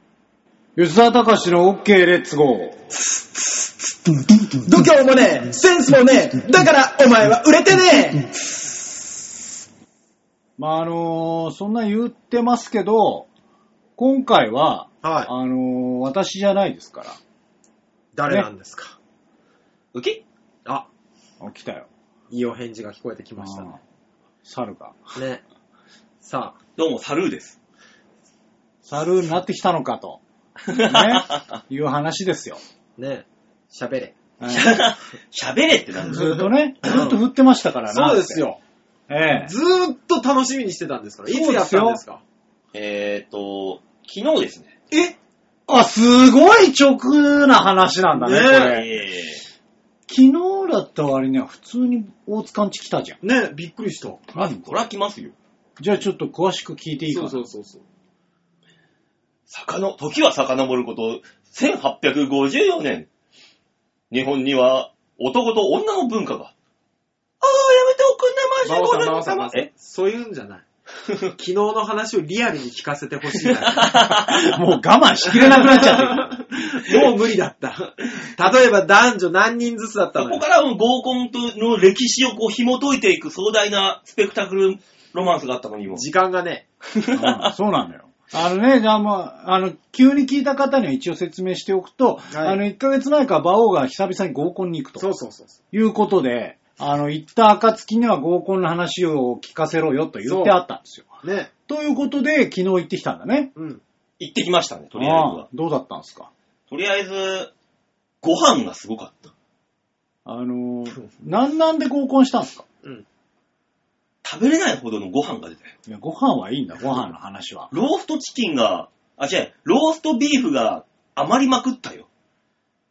吉沢隆の OK レッツゴー。度胸もねえ、センスもねえ、だからお前は売れてねまあ、あのーそんな言ってますけど、今回は、えはあのー私じゃないですから。い。誰なんですか、ウキあ、あ来たよ。いいお返事が聞こえてきましたあー猿が。ね。ね。さあ、どうも、サルーです。 猿になってきたのかと、ね、いう話ですよ。ね、喋れ。はい喋れってなんだよ。ずっとね、ずっと振ってましたからな。そうです。よ。ええずーっと楽しみにしてたんですから。いつやったんですかえーと、昨日ですね。えあ、すごい直な話なんだね、ねこれ。ええ昨日だった割には普通に大塚んち来たじゃん。ね、びっくりした。何そら来ますよ。じゃあちょっと詳しく聞いていいかそなうそうそうそう。遡、時は遡ること、1854年。日本には男と女の文化が。ああ、やめて馬お王くさんん、な、馬マ王ジでさん、馬王さんえそういうんじゃ ない。昨日の話をリアルに聞かせてほしい な。 もう我慢しきれなくなっちゃってる。もう無理だった。例えば男女何人ずつだったそのこよ。からもう合コンとの歴史をこう紐解いていく壮大なスペクタクルロマンスがあったのにも。時間がね。うんそうなんだよ。あのね、じゃあもう、あの、急に聞いた方には一応説明しておくと、はいあの、1ヶ月前から馬王が久々に合コンに行くそとうそうそうそいうことで、あの、行った暁には合コンの話を聞かせろよと言ってあったんですよ。う。ね。ということで、昨日行ってきたんだね。うん。行ってきましたね、とりあえずああは。どうだったんですかとりあえず、ご飯がすごかった。あの、なんなんで合コンしたんですかうん。食べれないほどのご飯が出たよ。いや、ご飯はいいんだ、ご飯の話は。ローストチキンが、あ、違う、ローストビーフが余りまくったよ。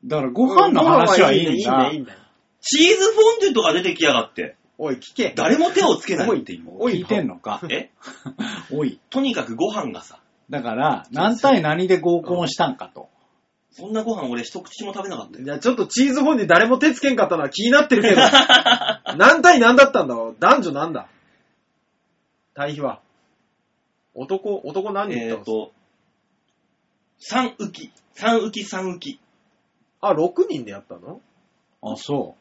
だからご飯の話はいいんご飯だはいい。んだよ。いいんだよ。チーズフォンデュとか出てきやがって。おい、聞け。誰も手をつけなおいっいていう。おい、聞いてんの か。えおい。とにかくご飯がさ、だから、何対何で合コンをしたんかと。そんなご飯俺一口も食べなかったいよ。や、ちょっとチーズフォンデュ誰も手つけんかったのは気になってる けど。何対何だったんだ男女なんだ対比は。男、男何人いえたっ、の、と、三浮き、三浮き三浮き。あ、6人でやったのあ、そ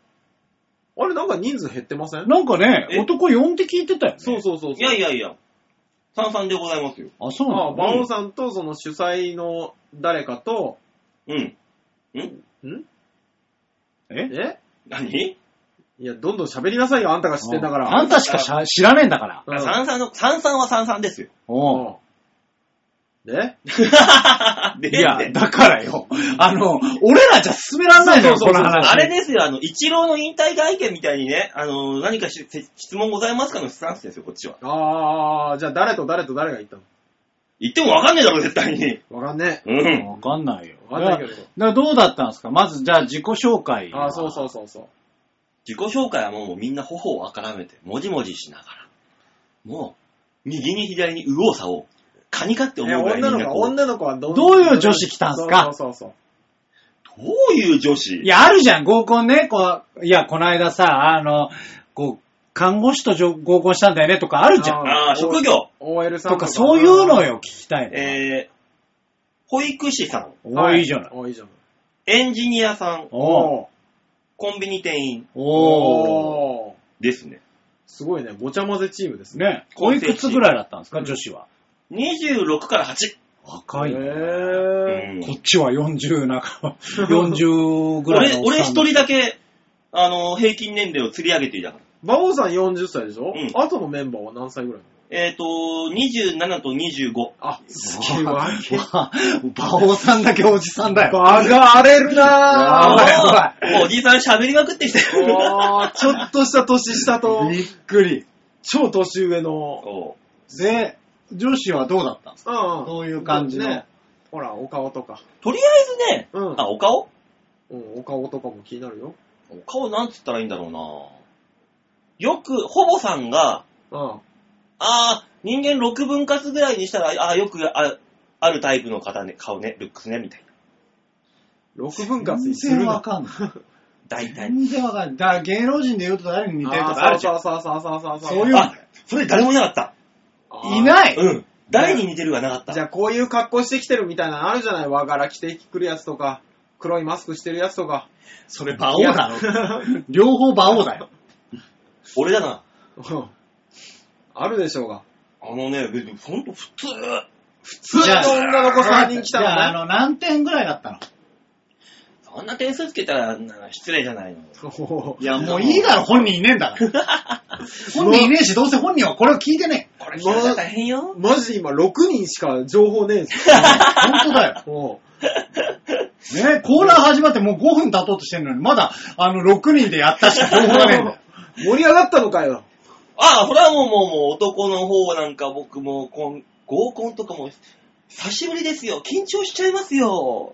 あれ、なんか人数減ってませんう。なんかね、え男4って聞いてたよね。そうそうそうそう。いやいやいや、三三でございますよ。あ、そうあなあ、ん馬だ。王さんとその主催の誰かと、うん。んええ何いや、どんどん喋りなさいよ、あんたが知ってんだかあら。んたしかしゃ知らねえんだから。うん三三の、三三は三三ですよ。おううんねでいや、だからよ。あの、俺らじゃ進めらんないのよ、そうこそうそうの話。あれですよ、あの、一郎の引退会見みたいにね、あの、何かし質問ございますかのスタンスですよ、こっちは。あー、じゃあ誰と誰と誰が行ったの言ってもわかんねえだろ、絶対に。わかんねうん。わかんないよ。え。わかんないけど。だからどうだったんですかまず、じゃあ自己紹介。あー、そうそうそうそう。自己紹介はもうみんな頬をあからめて、もじもじしながら。もう、右に左に右往左往。カニかって思えうぐらいみん女のな子は、こう。女の子はどんどういう女子来たんすかそうそうそうどういう女子いや、あるじゃん、合コンね。こう、いや、この間さ、あの、こう、看護師とじょ合コンしたんだよねとかあるじゃん。ああ、職業。そう。OL さんとか、そういうのよ、聞きたいの。えー、保育士さん、おい、いいじゃない。おいいじゃない。エンジニアさん、おうコンビニ店員おうおーですね。すごいね、ごちゃ混ぜチームですね。ね、おいくつぐらいだったんですか、女子は。 26から8。若へいー。ね。うんこっちは40なか、40ぐらいの俺、俺おっ一さん人だけ、あの、平均年齢を釣り上げていたから。馬王さん40歳でしょうんあとのメンバーは何歳ぐらいえっ、と、27と25。あ、すげえわわけ。わ馬王さんだけおじさんだ よ。バが荒れるやばいやなぁ。ばおおじいさん喋りまくってきたよ。おーちょっとした年下と、びっくり。超年上の、 おで、女子はどうだったんですかうんうんどういう感じのね。ほら、お顔とか。とりあえずね、うん。あ、お顔うん、お顔とかも気になるよ。お顔なんつったらいいんだろうなよく、ほぼさんが、うん。あー、人間6分割ぐらいにしたら、あー、よくああるタイプの方ね、顔ね、ルックスね、みたいな。 6分割全にする然わな。かんない。大体。全然わかんない。だから芸能人で言うと誰に似てるとかああるーじゃん。そうそうそうそうそうそう。そういうあ、それ誰もいなかあっーた。いないうん。誰に似てるがなかった。じゃあこういう格好してきてるみたいなのあるじゃない和柄着てくるやつとか、黒いマスクしてるやつとか。それ馬王だろ。両方馬王だよ。 俺だな。うんあるでしょうが。あのね、別にほんと普通。普通の女の子3人来たじゃあ、あのね。の、何点ぐらいだったのそんな点数つけたらな失礼じゃないの。おーいや、もういいだろ、本人いねえんだから。本人いねえし、どうせ本人はこれを聞いてねこれ聞いたら大変 よ。 マジで今6人しか情報ね えんす え。本当だよ。よ。ねコーナー始まってもう5分経とうとしてるのに、まだ、あの、6人でやったしか情報がねえんだ よ。盛り上がったのかよ。ああ、これはもうもうもう男の方なんか僕もこん合コンとかも久しぶりですよ。緊張しちゃいますよ。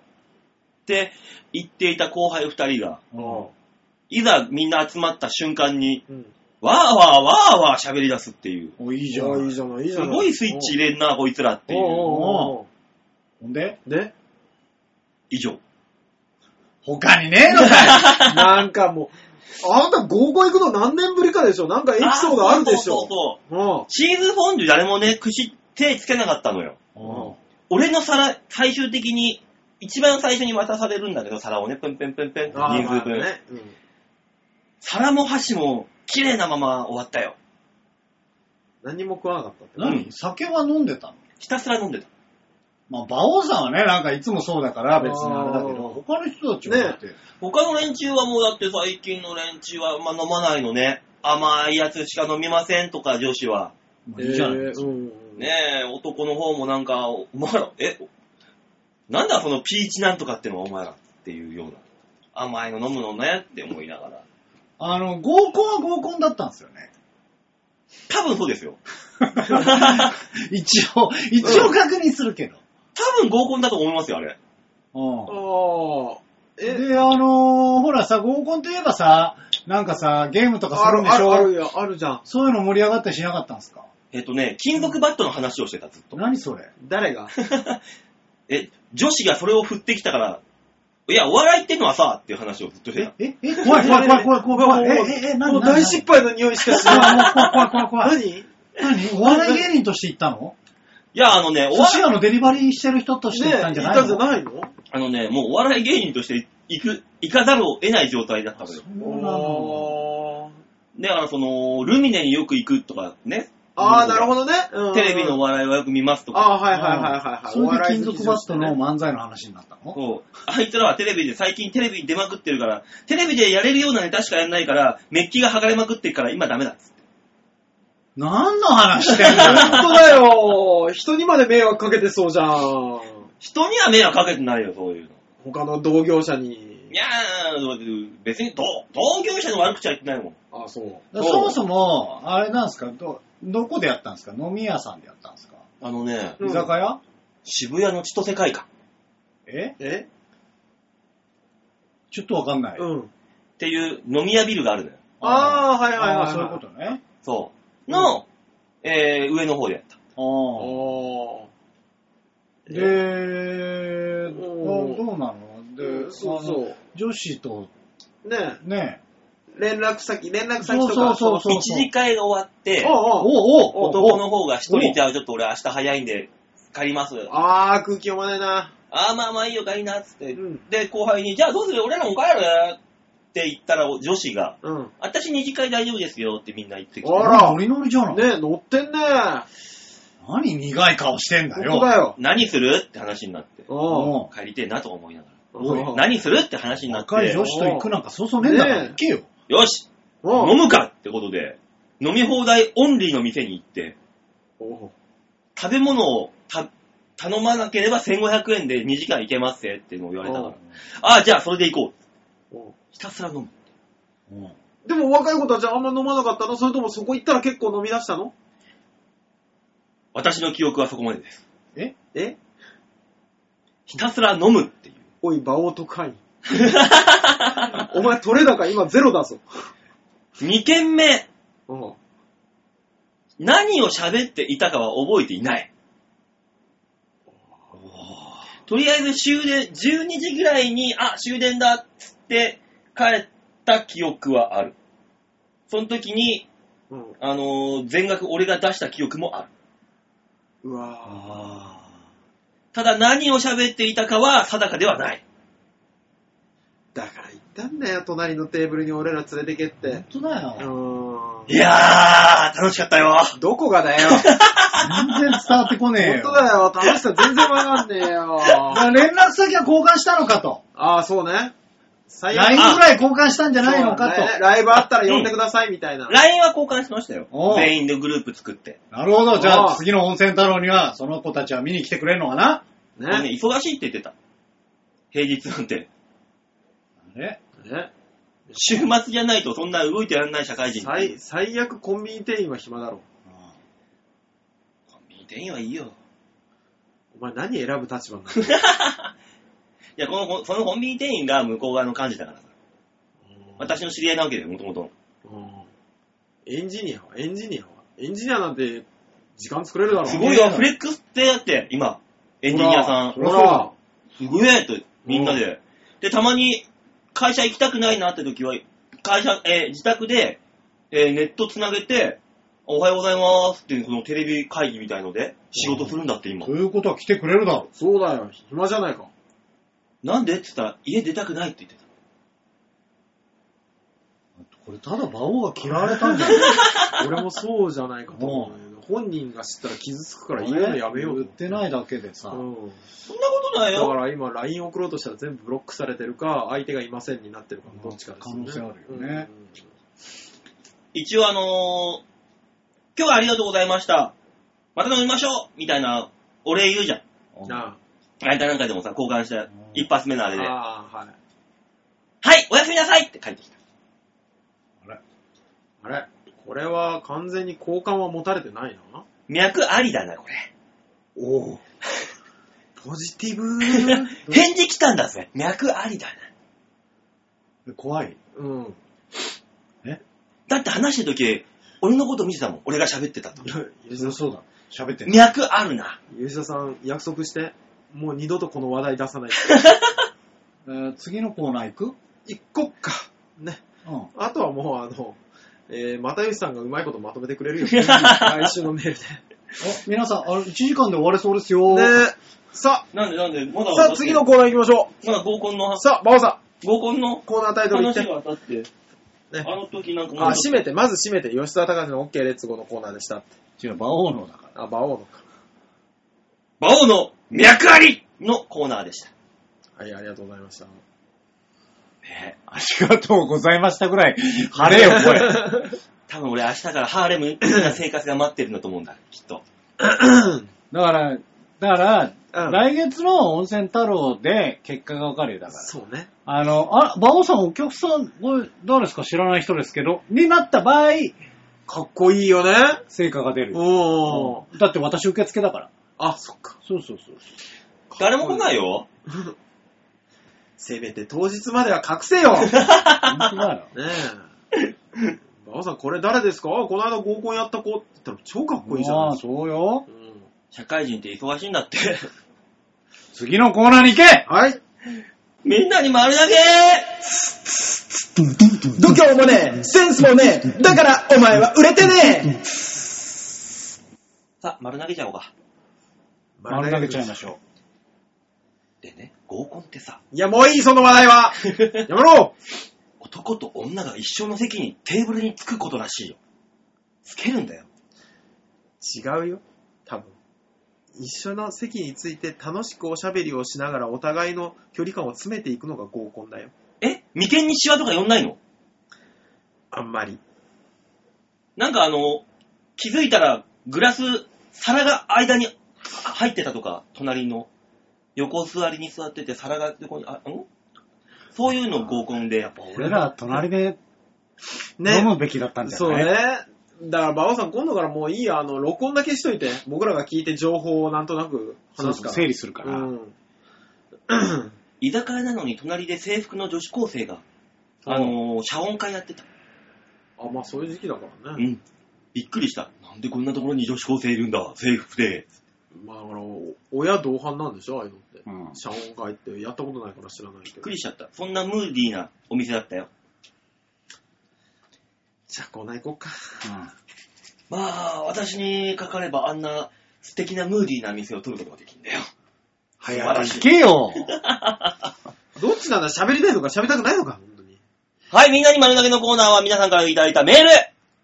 って言っていた後輩二人が、いざみんな集まった瞬間に、うんわーわーわーわー喋り出すっていう。お、いいいじゃん。いいじゃない、いいじすゃない。ごいスイッチ入れんな、こいつらっていおうう。おうおうおほんでうで、以上。他にねえのかよ なんかもう、あんた合コン行くの何年ぶりかでしょなんかエピソードあるであしーそうそうょそううんチーズフォンデュ誰もね、口、手つけなかったのよ。 お俺の皿、最終的に、一番最初に渡されるんだけど、皿をね、ペンペンペンペン、あー人数分。まあねうん皿も箸も、綺麗なまま終わったよ。何も食わなかったって。何酒は飲んでたのひたすら飲んでた。まあ、馬王さんはね、なんかいつもそうだから別にあれだあけど、ー他の人たちはだって、他の連中はもうだって最近の連中は、まあ飲まないのね。甘いやつしか飲みませんとか、女子は。まあいいじゃない、えーうんねえ、男の方もなんか、お前ら、え、なんだそのピーチなんとかってのはお前らっていうような。甘いの飲むのねって思いながら。あの、合コンは合コンだったんですよね。多分そう ですよ。一応、一応確認するけど。多分合コンだと思いますよ、あれ。うんああ、え、で、あのーほらさ、合コンといえばさ、なんかさ、ゲームとかあするんるでしあるあょるよ、あるじゃん。そういうの盛り上がったりしなかったんですかえっとね、金属バットの話をしてた、ずっと。何それ誰が え、女子がそれを振ってきたから、いや、お笑いってのはさ、っていう話をずっとしてた。え、え、怖い怖い怖い怖い怖い怖い。え、え、え、何もう大失敗の匂いしかし何ない。何怖い怖い怖い怖い。何何お笑い芸人として行ったのいや、あのね、お寿司笑い、屋のデリバリーしてる人としてね行ったんじゃないいたんじゃの、ないのあのね、もうお笑い芸人として行く、行かざるを得ない状態だったのよ。そうなのおーだから、その、ルミネによく行くとかね。あー、なるほどね。うんテレビのお笑いはよく見ますとか。あー、はいはいはいはいはい。それで金属バットのお笑い好き漫才の話になったのそう。あいつらはテレビで、最近テレビに出まくってるから、テレビでやれるようなネタしかやんないから、メッキが剥がれまくってるから、今ダメだっつって。何の話 してんの本当だよ。人にまで迷惑かけてそうじゃん。人には迷惑かけてないよ、そういうの。他の同業者にい。やー、別に同同業者の悪口は言ってないもん。あ、そう。そうそもそも、あれなんですかど、どこでやったんですか飲み屋さんでやったんですかあのね、うん居酒屋渋谷の千歳会館っええちょっとわかんない。うん。ていう飲み屋ビルがあるのよ。ああ、はいはいあはあ、い。そういうことね。そう。の、えー、上の方でやった。ああ。と。で、えどどうなので、そうあのそ女子とう。ねね、連絡先、連絡先とか。そうそうそう一次会が終わって、おうおうお男の方が一人じゃあちょっと俺明日早いんで帰ります。あー、空気読まないな。あーまあまあいいよ帰りなっつって、うんで後輩にじゃあどうする俺らも帰るって言ったら女子がうん。私二次会大丈夫ですよってみんな言ってきてああらら、ノリノリじゃない。ね乗ってんね。何苦い顔してんだ本当よ。だよ。何するって話になっておも帰りてえなと思いながおいら何するって話になっ若いて女子と行くなんかそうそうねえんだからねえ行けよ。よしお飲むかってことで飲み放題オンリーの店に行ってお食べ物をた頼まなければ1500円で2時間行けますぜっていうのを言われたからああじゃあそれで行こうおひたすら飲むうんでも若い子たちはあんま飲まなかったのそれともそこ行ったら結構飲み出したの私の記憶はそこまでですええひたすら飲むっていうおい、馬王と会員。お前、取れ高今ゼロだぞ。 2軒目、うん何を喋っていたかは覚えていない。とりあえず終電、12時ぐらいに、あ、終電だっつって帰った記憶はある。その時に、うん。あのー全額俺が出した記憶もある。うわただ何を喋っていたかは定かではない。ぁ。だから言ったんだよ、隣のテーブルに俺ら連れてけって本。当だうよ。ーんい。やー、楽しかったよ。どこがだよ。全然伝わってこねえ本よ。当だよ、楽しさ全然わかんねえよ。だから連絡先は交換したのかと。ああ、そうね。最 LINE ぐらい交換したんじゃないのかそとう。だねライブあったら呼んでくださいみたいな。 LINE は交換しましたよお。う全員でグループ作って。なるほど。じあゃああ次の温泉太郎にはその子たちは見に来てくれるのかな俺ねね。、忙しいって言ってた。平日なんて。あれね週末じゃないとそんな動いてらんない社会人ってい最う。最悪コンビニ店員は暇だろ。コンビニ店員はいいよ。お前何選ぶ立場な のいや、このこ、そのコンビニ店員が向こう側の幹事だからさ。私の知り合いなわけだよ、もともと。うんエンジニアは、エンジニアは。エンジニアなんて時間作れるだろ。すごいよ、フレックスってだって、今、エンジニアさんほ。ら、すごいねと、みんなで。で、たまに、会社行きたくないなって時は、会社、えー自宅で、えーネットつなげて、おはようございますっていう、このテレビ会議みたいので、仕事するんだって今と。いうことは来てくれるだろそうだよ、暇じゃないか。なんでって言ったら、家出たくないって言ってた。う。これただ馬王が嫌われたんじゃない俺もそうじゃないかと思うんだけど。本人が知ったら傷つくから言うのやめよう言ってないだけでとさ。思う。うんそんなことないだよか。ら今 LINE 送ろうとしたら全部ブロックされてるか、相手がいませんになってるかのどっちかですよね。可能性あるよねうん。一応あのー今日はありがとうございました。また飲みましょうみたいな、お礼言うじゃん。うんなあいたなんかでもさ、交換した一発目のああ、れで。はああ、はい。いおやすみなさいって帰ってきた。あれこれは完全に好感は持たれてないな。脈ありだな、これ。おお。ポジティブ 返事来たんだぜ。脈ありだな。怖い。うん。だって話してる時、俺のこと見てたもん。俺が喋ってたと。吉田さん、そうだ。喋ってんの脈あるな。吉田さん約束して、もう二度とこの話題出さない。えー次のコーナー行く行こっか。ね。うん。あとはもうあの、えー、又吉さんがうまいことまとめて くれるよ。来週のメールで。お皆さん、あれ、1時間で終われそうですよ。ねさなんでなんで、まあ、さあ次の。コーナー行きましょまだ合コンのう。、さあ、馬王さ合コンのん、コーナータイトル言って。当たって、ねの時なんかあ、閉めて、まず閉めて、吉田隆の OK レッツゴーのコーナーでした。違う、馬王のだから。あ、馬王のか。馬王の脈ありのコーナーでした。はい、ありがとうございました。 ねありがとうございましたぐらい、晴れよ、これ。多分俺明日からハーレム な生活が待ってるんだと思うんだ、きっと。だから、だから、うん来月の温泉太郎で結果がわかるよ、だから。 そうね。あの、あ、馬王さんお客さん、これ、誰ですか知らない人ですけど、になった場合、かっこいいよね。成果が出る。おー。だって私受付だから。あ、そっか。そうそうそう。誰も来ないよ。せめて当日までは隠せよ。ね本当だよ。え。馬場さん、これ誰ですかこの間合コンやった子って言ったら超かっこいいじゃあなあ、いですか。そうよ。うん社会人って忙しいんだ って。次のコーナーに行けはい。みんなに丸投げ度胸もねえ、センスもねえ、だからお前は売れてねえさあ、丸投げちゃおうか。丸投げちゃいましょでね、合コンって さ、いや、もういい、その話題 はやめろ男と女が一緒の席にテーブルにつくことらしいよ。つけるんだよ。違うよ、多分。一緒の席について楽しくおしゃべりをしながらお互いの距離感を詰めていくのが合コンだよ。え眉間にシワとか呼んないのあんまり。なんかあの、気づいたらグラス、皿が間に入ってたとか、隣の横座りに座ってて皿が横に、あ、んそういうの合コンでやっぱう。俺俺ら。ら、隣でね。飲むべきだったんじゃそうない、ね。だから、馬王さん、今度からもういいや、あの、録音だけしといて、僕らが聞いて情報をなんとなくそう話すそかうら。整理するから。うん。居酒屋なのに隣で制服の女子高生が、あのー、謝恩会やってた。あ、まあ、そういう時期だからうね。ん。びっくりした。なんでこんなところに女子高生いるんだ、制服で。まあ、だから、親同伴なんでしょ、ああいうのって。うん謝恩会ってやったことないから知らないびけっくど。りしちゃった。そんなムーディーなお店だったよ。じゃあ、コーナー行こうか。まあ、私にかかればあんな素敵なムーディーな店を取ることができるんだよ。早く行けよ。どっちなんだ喋りたいのか喋りたくないのか本当に。はい、みんなに丸投げのコーナーは皆さんからいただいたメール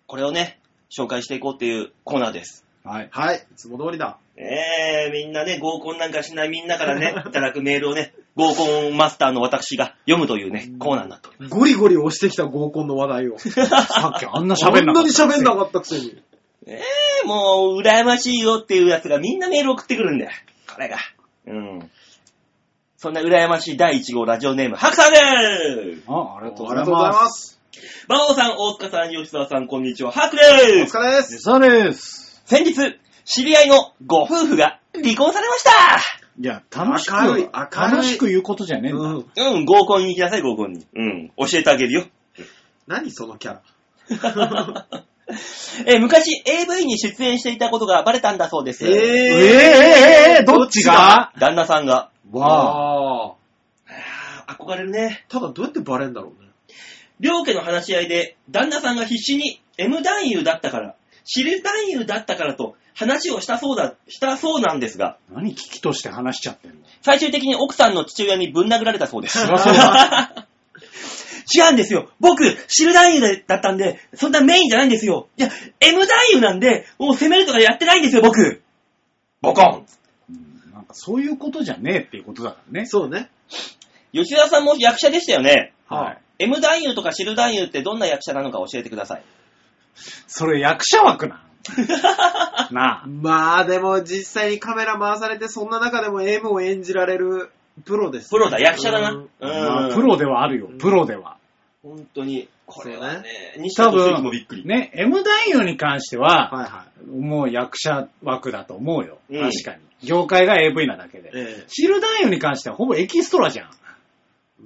これをね、紹介していこうっていうコーナーです。はい。はい。いつも通りだ。えー、みんなね、合コンなんかしないみんなから ね、いただくメールをね、合コンマスターの私が読むというね、コーナーになっております。ゴリゴリ押してきた合コンの話題を。さっきあんな喋ん本な当かっにた。喋んなかったくせに。えー、もう、羨ましいよっていうやつがみんなメール送ってくるんだよ。これが。うん。そんな羨ましい第1号ラジオネーム、ハクさんですあ、あありがとうござりがいとうございま。ます。馬王さん、大塚さん、吉沢さん、こんにちは、ハクおです疲れですす。餌です。先日、知り合いのご夫婦が離婚されましいや、楽しく、明るい明るい楽しく言うことじゃねえんだ。うん。たうん、合コンに行きなさい、合コンに。うん、教えてあげる よ。何そのキャラ。えー昔、AV に出演していたことがバレたんだそうです。えー、えー、えー、えー、どっちが旦那さんが。わあ。ああ。あー憧れるね。ただどうやってバレんだろうね。両家の話し合いで、旦那さんが必死に M 男優だったから、知る男優だったからと話をしたそうだ、したそうなんですが、何危機として話しちゃってんの最終的に奥さんの父親にぶん殴られたそうです。辛そうだ。 違うんですよ。僕、知る男優だったんで、そんなメインじゃないんですよ。いや、M 男優なんで、もう攻めるとかやってないんですよ、僕。ボコン。うんなんかそういうことじゃねえっていうことだからね。そうね。吉田さんも役者でしたよね。はい。 M 男優とか知る男優ってどんな役者なのか教えてください。それ役者枠な のなあ。まあでも実際にカメラ回されてそんな中でも M を演じられるプロです、プロだ、役者だな。うんまうあん。プ。ロではあるよう、んプロでは。本当に、これはそうね、西田多敏行分もびっくり。、ね、M 男優に関してはは、いはもう役者枠だと思うよ。うん確かに。業界が AV なだけい。で。ええシル男優に関してはほぼエキストラじゃん。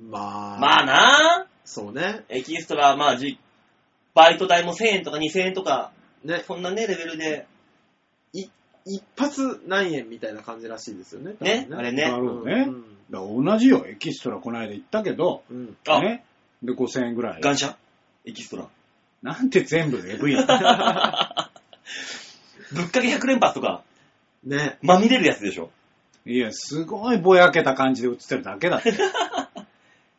まあ。まあなそうね。エキストラ、まあ、じバイト代も1000円とか2000円とか、ね。そんなね、レベルで、一発何円みたいな感じらしいですよね。ね、多あ分れなね。るほどねう。んだから同じよ、エキストラこの間言ったけど、うんうんあ、ね。で、5000円ぐらい。ガンシャエキストラ。なんて全部 AV な んだぶっかけ100連発とか、ね。まみれるやつでしょ。いや、すごいぼやけた感じで映ってるだけだって。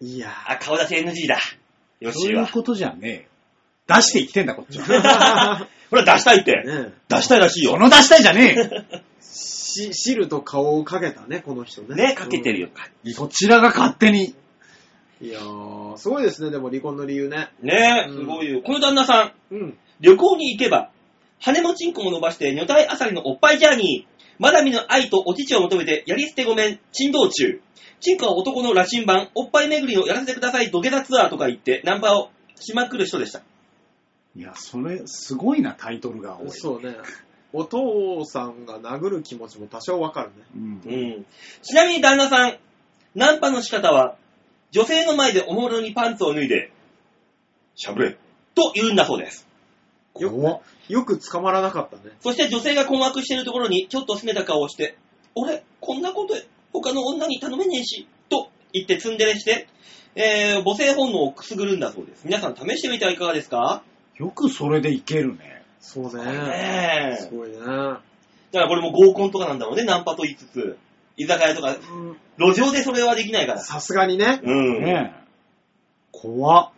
いやあ、顔出し NG だ。よそうしいうは。ことじゃねえよ。出して生きてんだ、こっ ちは。ほら、出したいって。ー ね出したいらしいそよ。の出したいじゃねえよ。し、汁と顔をかけたね、この人ね。ね、かけてるよ。そちらが勝手に。うん。いやー、すごいですね、でも離婚の理由ね。ねうんすごいよ。この旦那さん、うん。旅行に行けば、羽もちんこも伸ばして、女体あさりのおっぱいジャーニー。まだ見ぬ愛とお乳を求めて、やり捨てごめん、珍道中。チンコは男の羅針盤、おっぱい巡りのやらせてください、土下座ツアーとか言って、ナンバーをしまくる人でした。いや、それ、すごいな、タイトルが多い。そうね。お父さんが殴る気持ちも多少わかるね。うんう。ん。ちなみに旦那さん、ナンパの仕方は、女性の前でおもむろにパンツを脱いで、しゃぶれ。と言うんだそうです。怖っよく捕まらなかったね。そして女性が困惑しているところに、ちょっと拗ねた顔をして、俺、こんなこと、他の女に頼めねえし、と言ってツンデレして、えー、母性本能をくすぐるんだそうです。皆さん試してみてはいかがですかよくそれでいけるね。そうね。ねすえ。ごいね。だからこれも合コンとかなんだろうね、ナンパと言いつつ。居酒屋とか、路上でそれはできないから。さすがにね。うん。ねえ。怖っ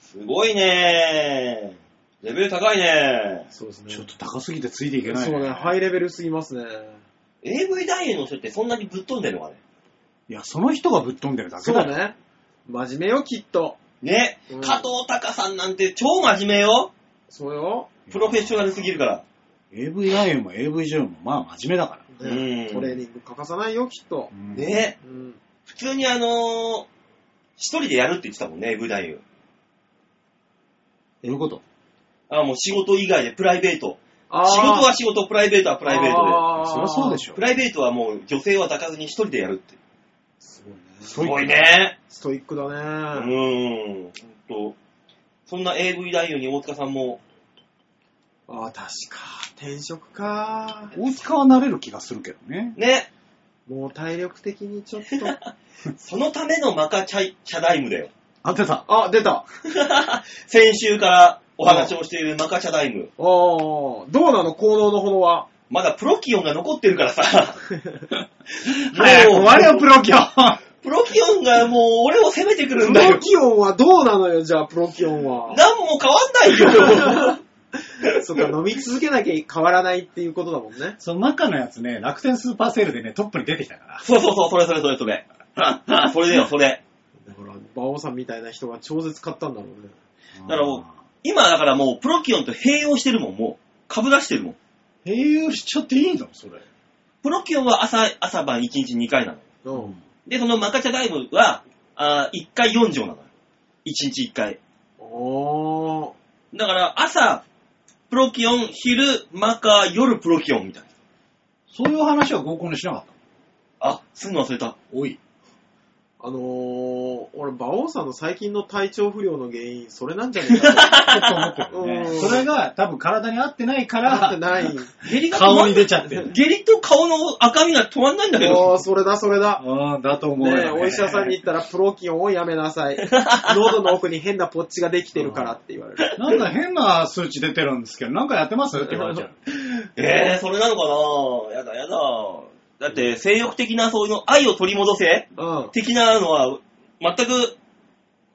すごいねレベル高いねそうですね。ちょっと高すぎてついていけない、そうね。ハイレベルすぎますね。 AV 男優の人ってそんなにぶっ飛んでるのかねいや、その人がぶっ飛んでるだけそうだよ。ね。真面目よ、きっと。ね、うん加藤隆さんなんて超真面目よそうよ。プロフェッショナルすぎるから。 AV 男優も AV 女優も、まあ、真面目だから。うんねトレーニング欠かさないよ、きっと。ねうん。普通にあのー、一人でやるって言ってたもんね、AV 男優。どういうことあもう仕事以外でプライベート。あー仕事は仕事、プライベートはプライベートあーそりゃそうでしで。ょプ。ライベートはもう女性は抱かずに一人でやるって。すごいね。すすごい。ね。ストイックだうね。ん。ほんと。そんな AV 男優に大塚さんも、ああ、確か。転職か。大塚は慣れる気がするけどね。ね、もう体力的にちょっと。そのためのマカチャイチャダイムだよ。当てた。あ、出た。先週からお話をしているマカチャダイム。おー、どうなの行動のほどは。まだプロキオンが残ってるから さ。早く終われよ、プロ。ロキョンプロキオンがもう俺を攻めてくるんプだロよ。キオンはどうなのよ、じゃあ、プロキオンは。何も 変わんないよ。そっか、飲み続けなきゃ変わらないっていうことだもんね。 その中のやつね、楽天スーパーセールでね、トップに出てきたから。そうそうそう、それそれそれそ れ。それだよ、それ。だから、馬王さんみたいな人が超絶買ったんだろうね。だからもう今だからもうプロキオンと併用してるもん、もう。株出してるもん。併用しちゃっていいのそれ。プロキオンは朝、朝晩1日2回なの。うん。で、そのマカチャダイムは、あ1回4錠なの。1日1回。おー。だから朝、プロキオン、昼、マカ、夜プロキオンみたいな。そういう話は合コンでしなかった。あ、すんの忘れた。おい。あのー、俺、馬王さんの最近の体調不良の原因、それなんじゃねえかちょっと思ってるねうん。それが多分体に合ってないかと思って ら、ない。下痢が止まん顔に出ちゃってる。下痢と顔の赤みが止まんないんだけおー、ど。それだ、それだ。うん、だと思うねよえ、お医者さんに。言ったら、プロキオンをやめな さい。喉の奥に変なポッチができてるからって言われ る。なんか変な数値出てるんですけど、なんかやってますって言われちゃう。えー、それなのかなやだやだ。だって、性欲的なそういうの、愛を取り戻せうん。的なのは、全く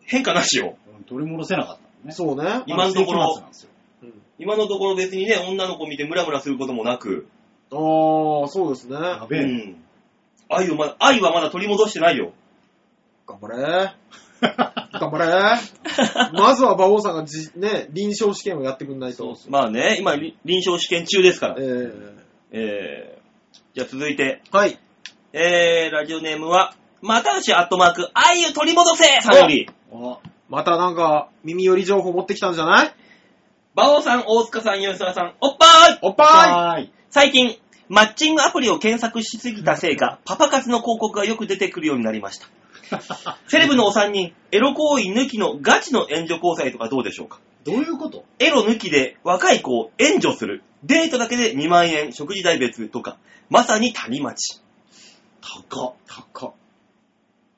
変化なしよ。うん取り戻せなかったのね。そうね。今のところまだ世紀末なんですようん今のところ別にね、女の子見てムラムラすることもなく、ああ、そうですね。やうべ え。ん。愛をまだ、愛はまだ取り戻してない よ。頑張れ。頑張 れ。まずは馬王さんがじ、ね、臨床試験をやってくんないと。まあね、今、り臨床試験中ですからえ。ーえー、じゃあ続いて、はい。えー、ラジオネームは、またうしアットマーク、愛を取り戻せさんより、あまたなんか、耳寄り情報持ってきたんじゃない馬王さん、大塚さん、吉沢さん、おっぱーいおっぱーい。最近、マッチングアプリを検索しすぎたせいか、パパ活の広告がよく出てくるようになりました。 セレブのお三人、エロ行為抜きのガチの援助交際とかどうでしょうかどういうことエロ抜きで若い子を援助する。デートだけで2万円、食事代別とか、まさに谷町。高っ。高っ。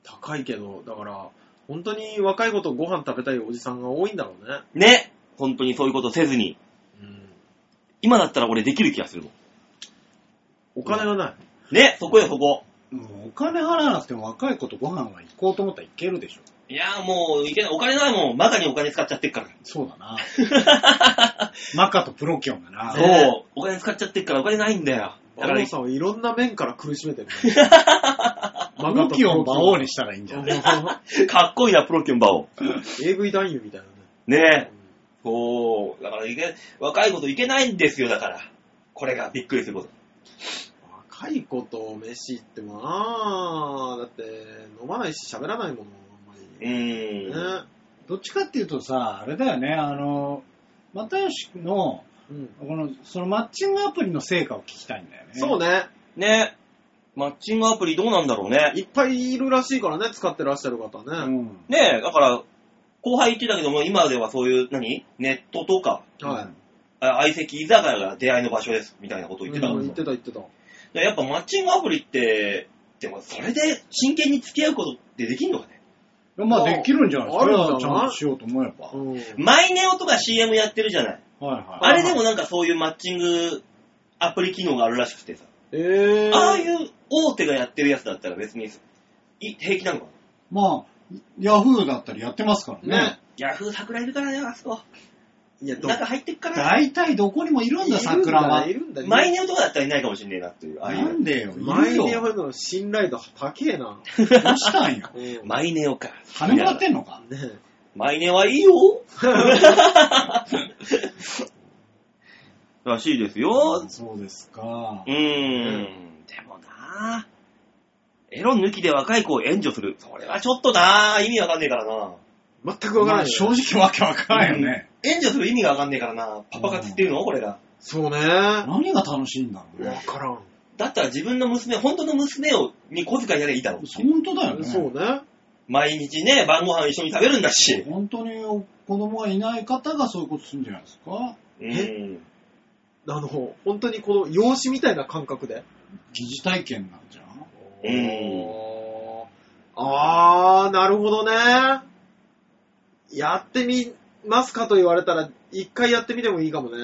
高いけど、だから、本当に若い子とご飯食べたいおじさんが多いんだろうね。ね。本当にそういうことせずに。うん。今だったら俺できる気がするもん。お金がない。ね、そこよそこ。もうお金払わなくても若い子とご飯は行こうと思ったら行けるでしょ。いやーもういけない。お金ないもん。マカにお金使っちゃってっから。そうだな。マカとプロキョンだな。そう。お金使っちゃってっからお金ないんだよ。だか馬ら王、さんはいろんな面から苦し めてる、ね。プロキョンを馬王に。にし たらいいんじゃないかっこいいな、プロキュンバを。 AV 男優みたいなね。ねおー、だからいけ、若いこといけないんですよ、だから。これがびっくりすること。若い子と飯行ってもなぁ、だって飲まないし喋らないもの、あんまうり。ーん。ね。どっちかっていうとさ、あれだよね、あの、又吉の、うん。この、そのマッチングアプリの成果を聞きたいんだよね。そうね。ね。マッチングアプリどうなんだろうね。いっぱいいるらしいからね、使ってらっしゃる方うね。ん。ねえ、だから、後輩言ってたけども、今ではそういう、何ネットとか、はい。あ相席居酒屋が出会いの場所です、みたいなこと言ってたうかんら言ってた言ってた。やっぱマッチングアプリって、でもそれで真剣に付き合うことってできんのかねまあ、できるんじゃないあるんじゃないそれはちゃんとしようと思えば。うん。マイネオとか CM やってるじゃない。はいはい。あれでもなんかそういうマッチングアプリ機能があるらしくてさ。えー。ああいう大手がやってるやつだったら別にい平気なのかなまあ、ヤフーだったりやってますからね。ね。ヤフー桜いるからね、あそこ。いや、ど中入ってっから。大体どこにもいるんだ、桜は。いるんだいるんだマイネオとかだったらいないかもしんねえなっていう。ああいなうんでよ、い前るよに。ほどの信頼度高えな。どうしたんよ。うんマイネオか。金もらってんのか。ねマイネオはいいよ。 らしいですよ。そうですかう。ーん。でもなエロ抜きで若い子を援助する。それはちょっとな意味わかんねえからな全くわからなまあい。正直わけわからんよね。援助する意味がわかんねえからなパパ活っていうのこれが。そうね。わ何が楽しいんだろうね。からん。だったら自分の娘、本当の娘を、に小遣いやればいいだろう。本当だよね。そうね。毎日ね、晩ご飯一緒に食べるんだし。本当に子供がいない方がそういうことするんじゃないですかうーん。あの、本当にこの養子みたいな感覚で。疑似体験なんじゃんうんあー、なるほどね。やってみますかと言われたら、一回やってみてもいいかもね。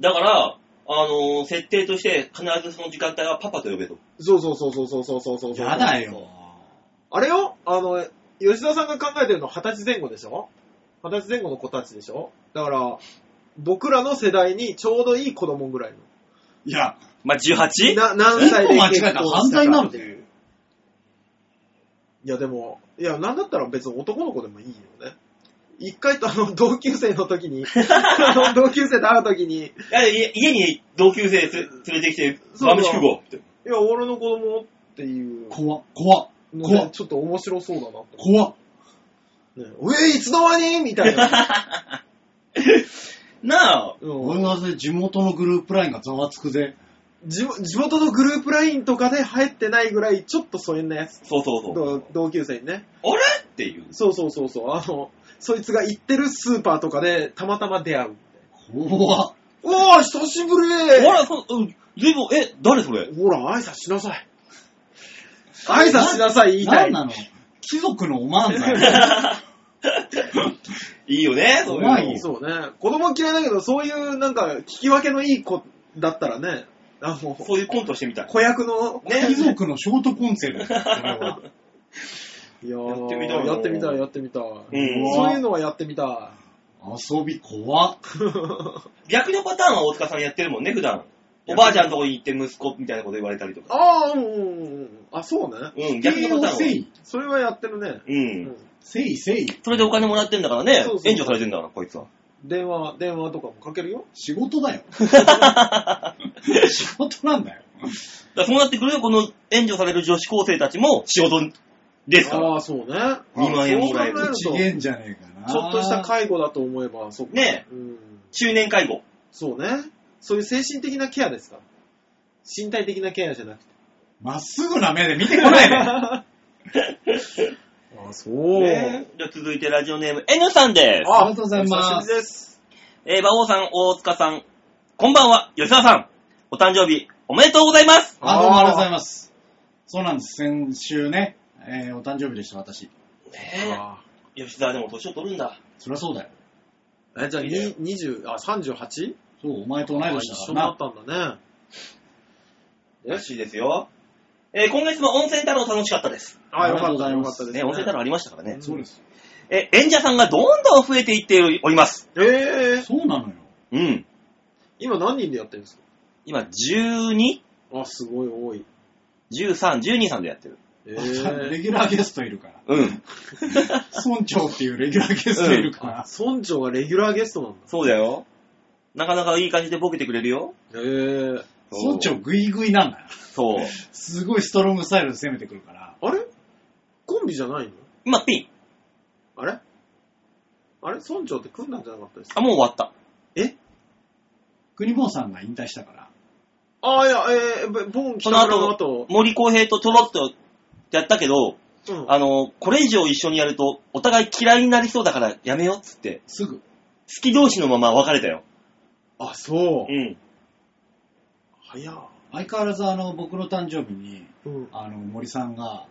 だから、あのー設定として必ずその時間帯はパパと呼べと。そうそうそうそうそうそうそうそうそう。やだよ。あれよあの、吉田さんが考えてるのは二十歳前後でしょ二十歳前後の子たちでしょだから、僕らの世代にちょうどいい子供ぐらいの。いや、まあ、18? な何歳で一歩間違えたら犯罪になるぜいう。いやでも、いや、なんだったら別に男の子でもいいよね。一回とあの、同級生の時 に、あの同級生と会う時に、いいやい家に同級生つ連れてきて、そう晩飯食おうって。や、俺の子供っていう怖っ、怖っ、ので怖っちょっと面白そうだなと思って。怖っ。ねえ、いつの間にみたいな。なあ、 うん俺は地元のグループラインがざわつくぜ。地地元のグループラインとかで入ってないぐらい、ちょっと疎遠なやつ。そうそうそう。同同級生にね。あれっていう。そうそうそうそう。あの、そいつが行ってるスーパーとかで、たまたま出会う。怖っ。うわー、久しぶりあら、そう、うん、ずいぶん、え、誰それほら、挨拶しなさい。挨拶しなさい、言いた何い。なの貴族のおまんざ い。いいよね、そういう怖いよの。そうね。子供嫌いだけど、そういう、なんか、聞き分けのいい子だったらね、あそうの、いうコントしてみたい。子役の、貴族のショートコンセルト。これはいややってみたいーなやってみたい、やってみたい。うんそういうのはやってみた遊び怖っ。い。逆のパターンは大塚さんやってるもんね、普段。おばあちゃんのとこに行って息子みたいなこと言われたりとか。ああ、うんうんうん。あ、そうね。うん、逆のパターンせは。い、それはやってるね。う。うんんせい、せい。それでお金もらってんだからねそう、そう援助されてんだから、こいつは。電話、電話とかもかけるよ。仕事だ よ。仕事なんだよ。だからそうなってくるよ、この援助される女子高生たちも仕事ですから。ああ、そうね。2 2万円もらえるそう考ちえげるんじゃねえかな。と、ちょっとした介護だと思えば、そっか。ねうん。中年介護。そうね。そういう精神的なケアですか身体的なケアじゃなくて。まっすぐな目で見て こないで。あ、そう。ねじゃあ続いてラジオネーム N さんです。ありがとうございますお久しぶりです。えー、馬王さん、大塚さん、こんばんは、吉田さん。お誕生日、おめでとうございます。あ、どうもありがとうございまます。そうなんです。先週ね、えーお誕生日でした、私。ねえ、吉田でも年を取るんだ。そりゃそうだよ。え、じゃあ、に20、あ、38? そう、お前と同い年だ一か緒らだなっ。たんだね。らしいですよ。えー、今月も温泉太郎楽しかったです。あ、よありかがとうっごた、ざいよまかっすたです、ね、ね。温泉太郎ありましたからね。そうです。えー、演者さんがどんどん増えていっております。えー、そうなのよ。うん。今何人でやってるんですか今、12?13、あ、すごい多い。 12さんでやってる。えレー、ギュラーゲストいるから。うん。村長っていうレギュラーゲストいるから。村長がレギュラーゲストなんだ。そうだよ。なかなかいい感じでボケてくれるよ。えー、村長グイグイなんだよ。そう。すごいストロングスタイルで攻めてくるから。あれコンビじゃないの今ピン。あれあれ村長って組んだんじゃなかったですかあ、もう終わった。え国本さんが引退したから。ああ、いや、えー、ボンそ北の村後、の後、森公平とちょろっとやったけど、うん、あの、これ以上一緒にやると、お互い嫌いになりそうだからやめようっつって、すぐ。好き同士のまま別れたよ。あ、そうう。ん。早っ。相変わらずあの、僕の誕生日に、うん。あの、森さんが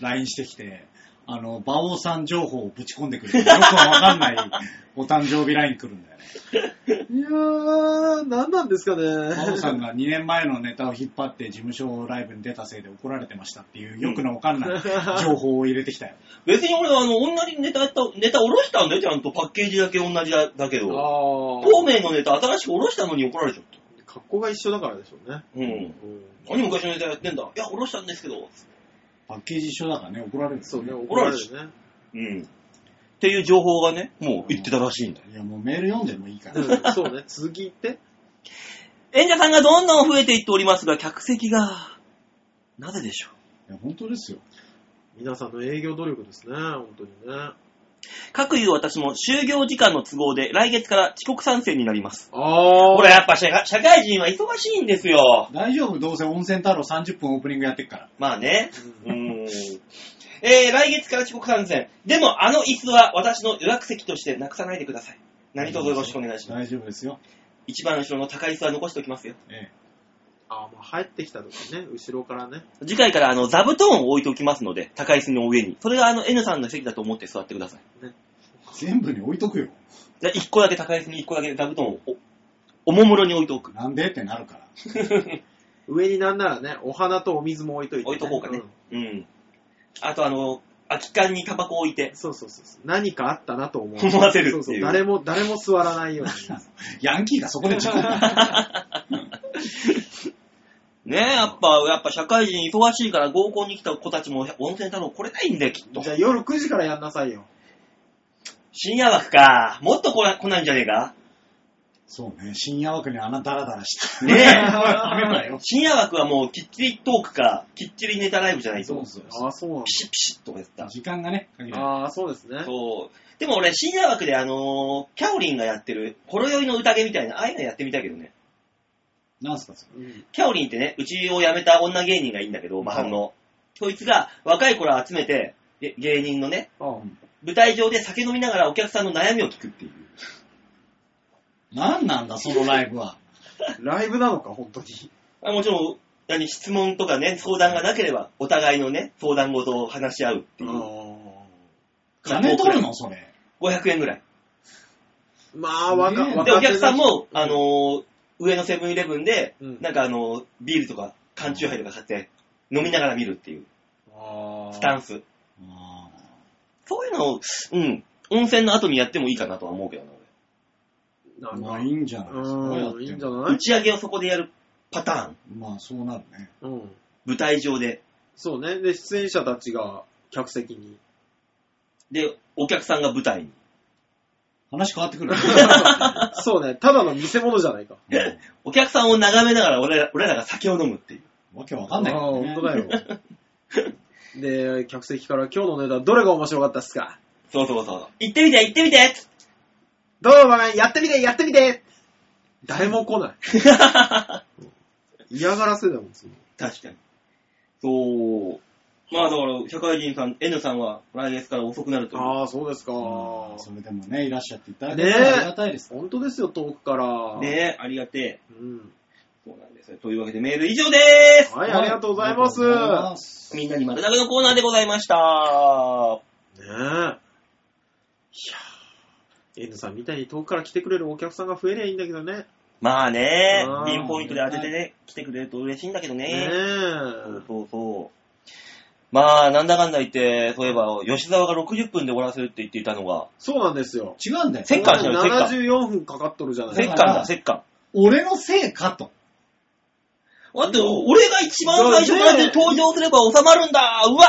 LINE してきて、あの、馬王さん情報をぶち込んでくる。よくわかんないお誕生日 LINE 来るんだよね。いやー、何なんですかね。馬王さんが2年前のネタを引っ張って事務所ライブに出たせいで怒られてましたっていう、よくのわかん ない情報を入れてきたよ。別に俺はあの、同じネタやった、ネタ下ろしたんだよ、ちゃんとパッケージだけ同じだだけど。あ孔明ー、のネタ新しく下ろしたのに怒られちゃった。格好が一緒だからでしょうね。うん。うん何昔のネタやってんだいや、下ろしたんですけど。パッケージ一緒だからね、怒られる、そうね、怒怒らられれるるね。うん。っていう情報がね、もう言ってたらしいんだよ。いや、もうメール読んでもいいかうら。んそうね、続き言って。演者さんがどんどん増えていっておりますが、客席が、なぜでしょういや、本当ですよ。皆さんの営業努力ですね、本当にね。各言う私も就業時間の都合で来月から遅刻参戦になります。あほら、やっぱ社社会人は忙しいんですよ。大丈夫、どうせ温泉太郎30分オープニングやってっから。まあね。うーん。えー、来月から遅刻参戦。でも、あの椅子は私の予約席としてなくさないでください。何卒よろしくお願いします。大丈夫ですよ。一番後ろの高い椅子は残しておきますよ。えあー、もう入ってきた時ね、後ろからね。次回から、あの、座布団を置いておきますので、高い椅子の上に。それが、あの、N さんの席だと思って座ってください。え。全部に置いとくよ。じゃあ、一個だけ高い椅子に一個だけ座布団をお、おもむろに置いておく。なんでってなるから。上になんならね、お花とお水も置いといて、置いとこうかねん。うん。あと、あの、空き缶にタバコを置いて、そうそうそうそう。何かあったなと思う。思わせるっていそううそう。誰も、誰も座らないように。 ヤンキーがそこで事 故った。ねえ、やっぱ、やっぱ社会人忙しいから合コンに来た子たちも温泉太郎来れないんだよ、きっとじ。ゃあ夜9時からやんなさいよ。深夜枠か。もっと来な来ないんじゃねえかそうね、深夜枠にあんなダラダラして。ねダメだえよ。深夜枠はもうきっちりトークか、きっちりネタライブじゃないそとう。そうああ、そうなんピシッピシッとかやってた。時間がね、限られるだ。ああ、そうですね。そう。でも俺、深夜枠であのーキャオリンがやってる、ほろ酔いの宴みたいな、ああいうのやってみたいけどね。なんすか、それ。うんキャオリンってね、うちを辞めた女芸人がいいんだけど、まあ、はいの、こいつが若い頃集めて、げ芸人のね、あ舞台上で酒飲みながらお客さんの悩みを聞くっていう。なんなんだ、そのライブは。あライブなのか、本当に。あもちろん、何、質問とかね、相談がなければ、お互いのね、相談事を話し合うっていう。金取るの、それ。 ?500 円ぐらい。まあ、わか、ねえわで、かおって客るさんも、うんあのー上のセブンイレブンで、うんなんかあのービールとか、缶チューハイとか買って、飲みながら見るっていう、あスタあンス。あそういうのを、うん、温泉の後にやってもいいかなとは思うけどな、なーんまかあ、いいんじゃないですか。やっうん、いいてんじゃも俺。な打いち上げをそこでやるパターン。まあ、そうなるね。うん。舞台上で。そうね。で、出演者たちが客席 に。で、お客さんが舞台に。話変わっ てくる。そうね。ただの見せ物じゃないか。うん お客さんを眺めながら俺ら俺らが酒を飲むっていう。わけわかんないあけあ、どね本当だよ。で、客席から今日のネタどれが面白かったっすかそうそうそう。行ってみて、行ってみてどうも、やってみて、やってみて誰も来ない。嫌がらせだもん、その確かに。そう。まあだから、社会人さん、N さんは来月から遅くなるという。ああ、そうですか。うんそ本れでもね、いらっしゃっていただけねえたらありがたいです。当ですよ、遠くから。ねえ、ありがてえ。うん。そうなんですよ。というわけでメール以上ではい、ありがとうございます。ありねがとうございますすみんなに丸投げのコーナーでございました。え。いやー N さんみたいに遠くから来てくれるお客さんが増えりゃいいんだけどね。まあねう、んピンポイントで当ててね、来てくれると嬉しいんだけどねね。そうえ。そうそう。まあ、なんだかんだ言って、そういえば、吉沢が60分で終わらせるって言っていたのが、そうなんですよ。違うんだよ。せっかちだよせっかち74分かかっとるじゃない折せっっかかんちだ、折っかん。俺のせいかと。待って、俺が一番最初からで登場すれば収まるんだうわ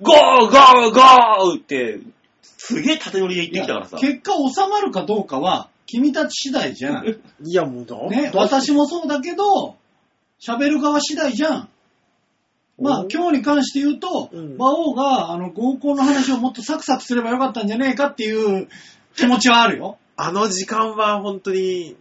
ーゴーゴーゴーって、すげえ縦乗りで言ってきたからさ。結果収まるかどうかは、君たち次第じ ゃん。いや、もうだ、ね、私もそうだけど、喋る側次第じゃん。まあうん、今日に関して言うと、うん馬王が、あの、合コンの話をもっとサクサクすればよかったんじゃねえかっていう気持ちはあるよ。あの時間は本当に、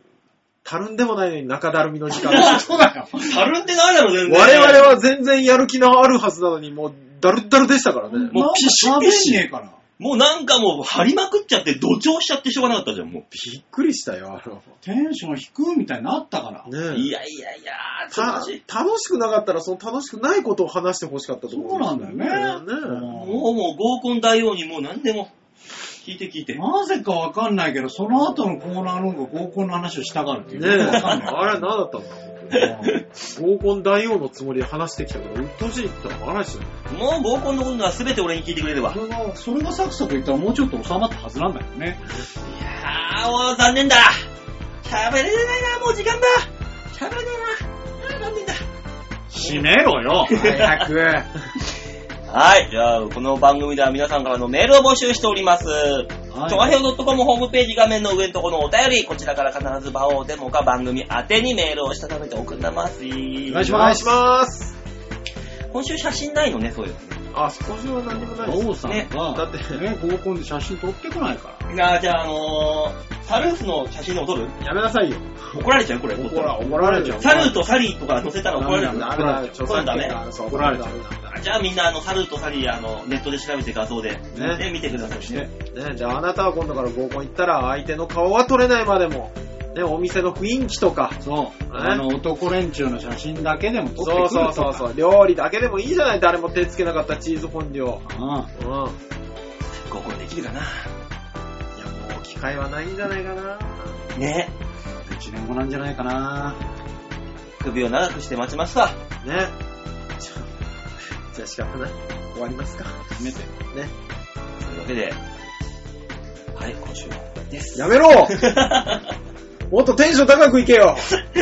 たるんでもないのに中だるみの時間。そうだよ。たるんでないだろ、全然。我々は全然やる気のあるはずなのに、もう、だるだるでしたからね。もうピシピシ喋んねえから。もうなんかもう張りまくっちゃって、土壌しちゃってしょうがなかったじゃん、もびっくりしたよ、あの。テンション低いみたいになったから。う。ねいやいやいや、素晴たらしい。楽しくなかったら、その楽しくないことを話してほしかったとそ思うなんだよね。ねうんもうもう合コン大王にもう何でも聞いて聞いて。なぜかわかんないけど、その後のコーナーの方が合コンの話をしたがるっていう。ねえ、わかんないあれは何だったんだ合コン大王のつもりで話してきたから、うっとうしいって言ったら嵐だよ。もう合コンのことは全て俺に聞いてくれれば。いそれが、それがサクサクいったらもうちょっと収まったはずなんだよね。やー、もう残念だ。喋れないな、もう時間だ。喋れないな。あー残念だ。しめろよ早く。はい。じゃあ、この番組では皆さんからのメールを募集しております。はい、ちょ、和平 .com ホームページ画面の上のところのお便り、こちらから必ず場をデモか番組宛てにメールをしたためて送んなます。おお願いしお願まいしす。ます。今週写真ないのね、そういうあ、今週は何にもないです。王さんねが、だってね、合コンで写真撮ってこないから。の。なあ、じゃあ、あのー、サルースの写真でも撮るやめなさいよ。怒られちゃうこれ。怒ら、怒られちゃう。サルーとサリーとか載せたら怒られダるメのだ、ダメだ、著作権があるそう怒られちゃうダメだダメだじゃあみんな、あの、サルーとサリー、あの、ネットで調べて画像で、ねね、見てくださいね。ね、じゃああなたは今度から合コン行ったら相手の顔は撮れないまでも、ね、お店の雰囲気とか、そう。あの、男連中の写真だけでも撮ってくそるうとそうか。そうそう、料理だけでもいいじゃない、誰も手つけなかったチーズフォンデュを。うん。うん。いや、も合コンできるかな。う機会はないんじゃないかな。ね。 1年後なんじゃないかな首を長くして待ちました。ね。じゃあ、じゃあ仕方ない。終わりますか。やめて。ね。というわけで、はい、今週はこれです。やめろ もっとテンション高くいけよ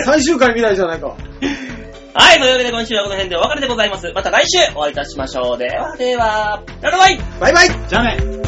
最終回未来じゃないか。はい、というわけで今週はこの辺でお別れでございます。また来週お会いいたしましょう。ではでは、バイバイバイバイじゃあね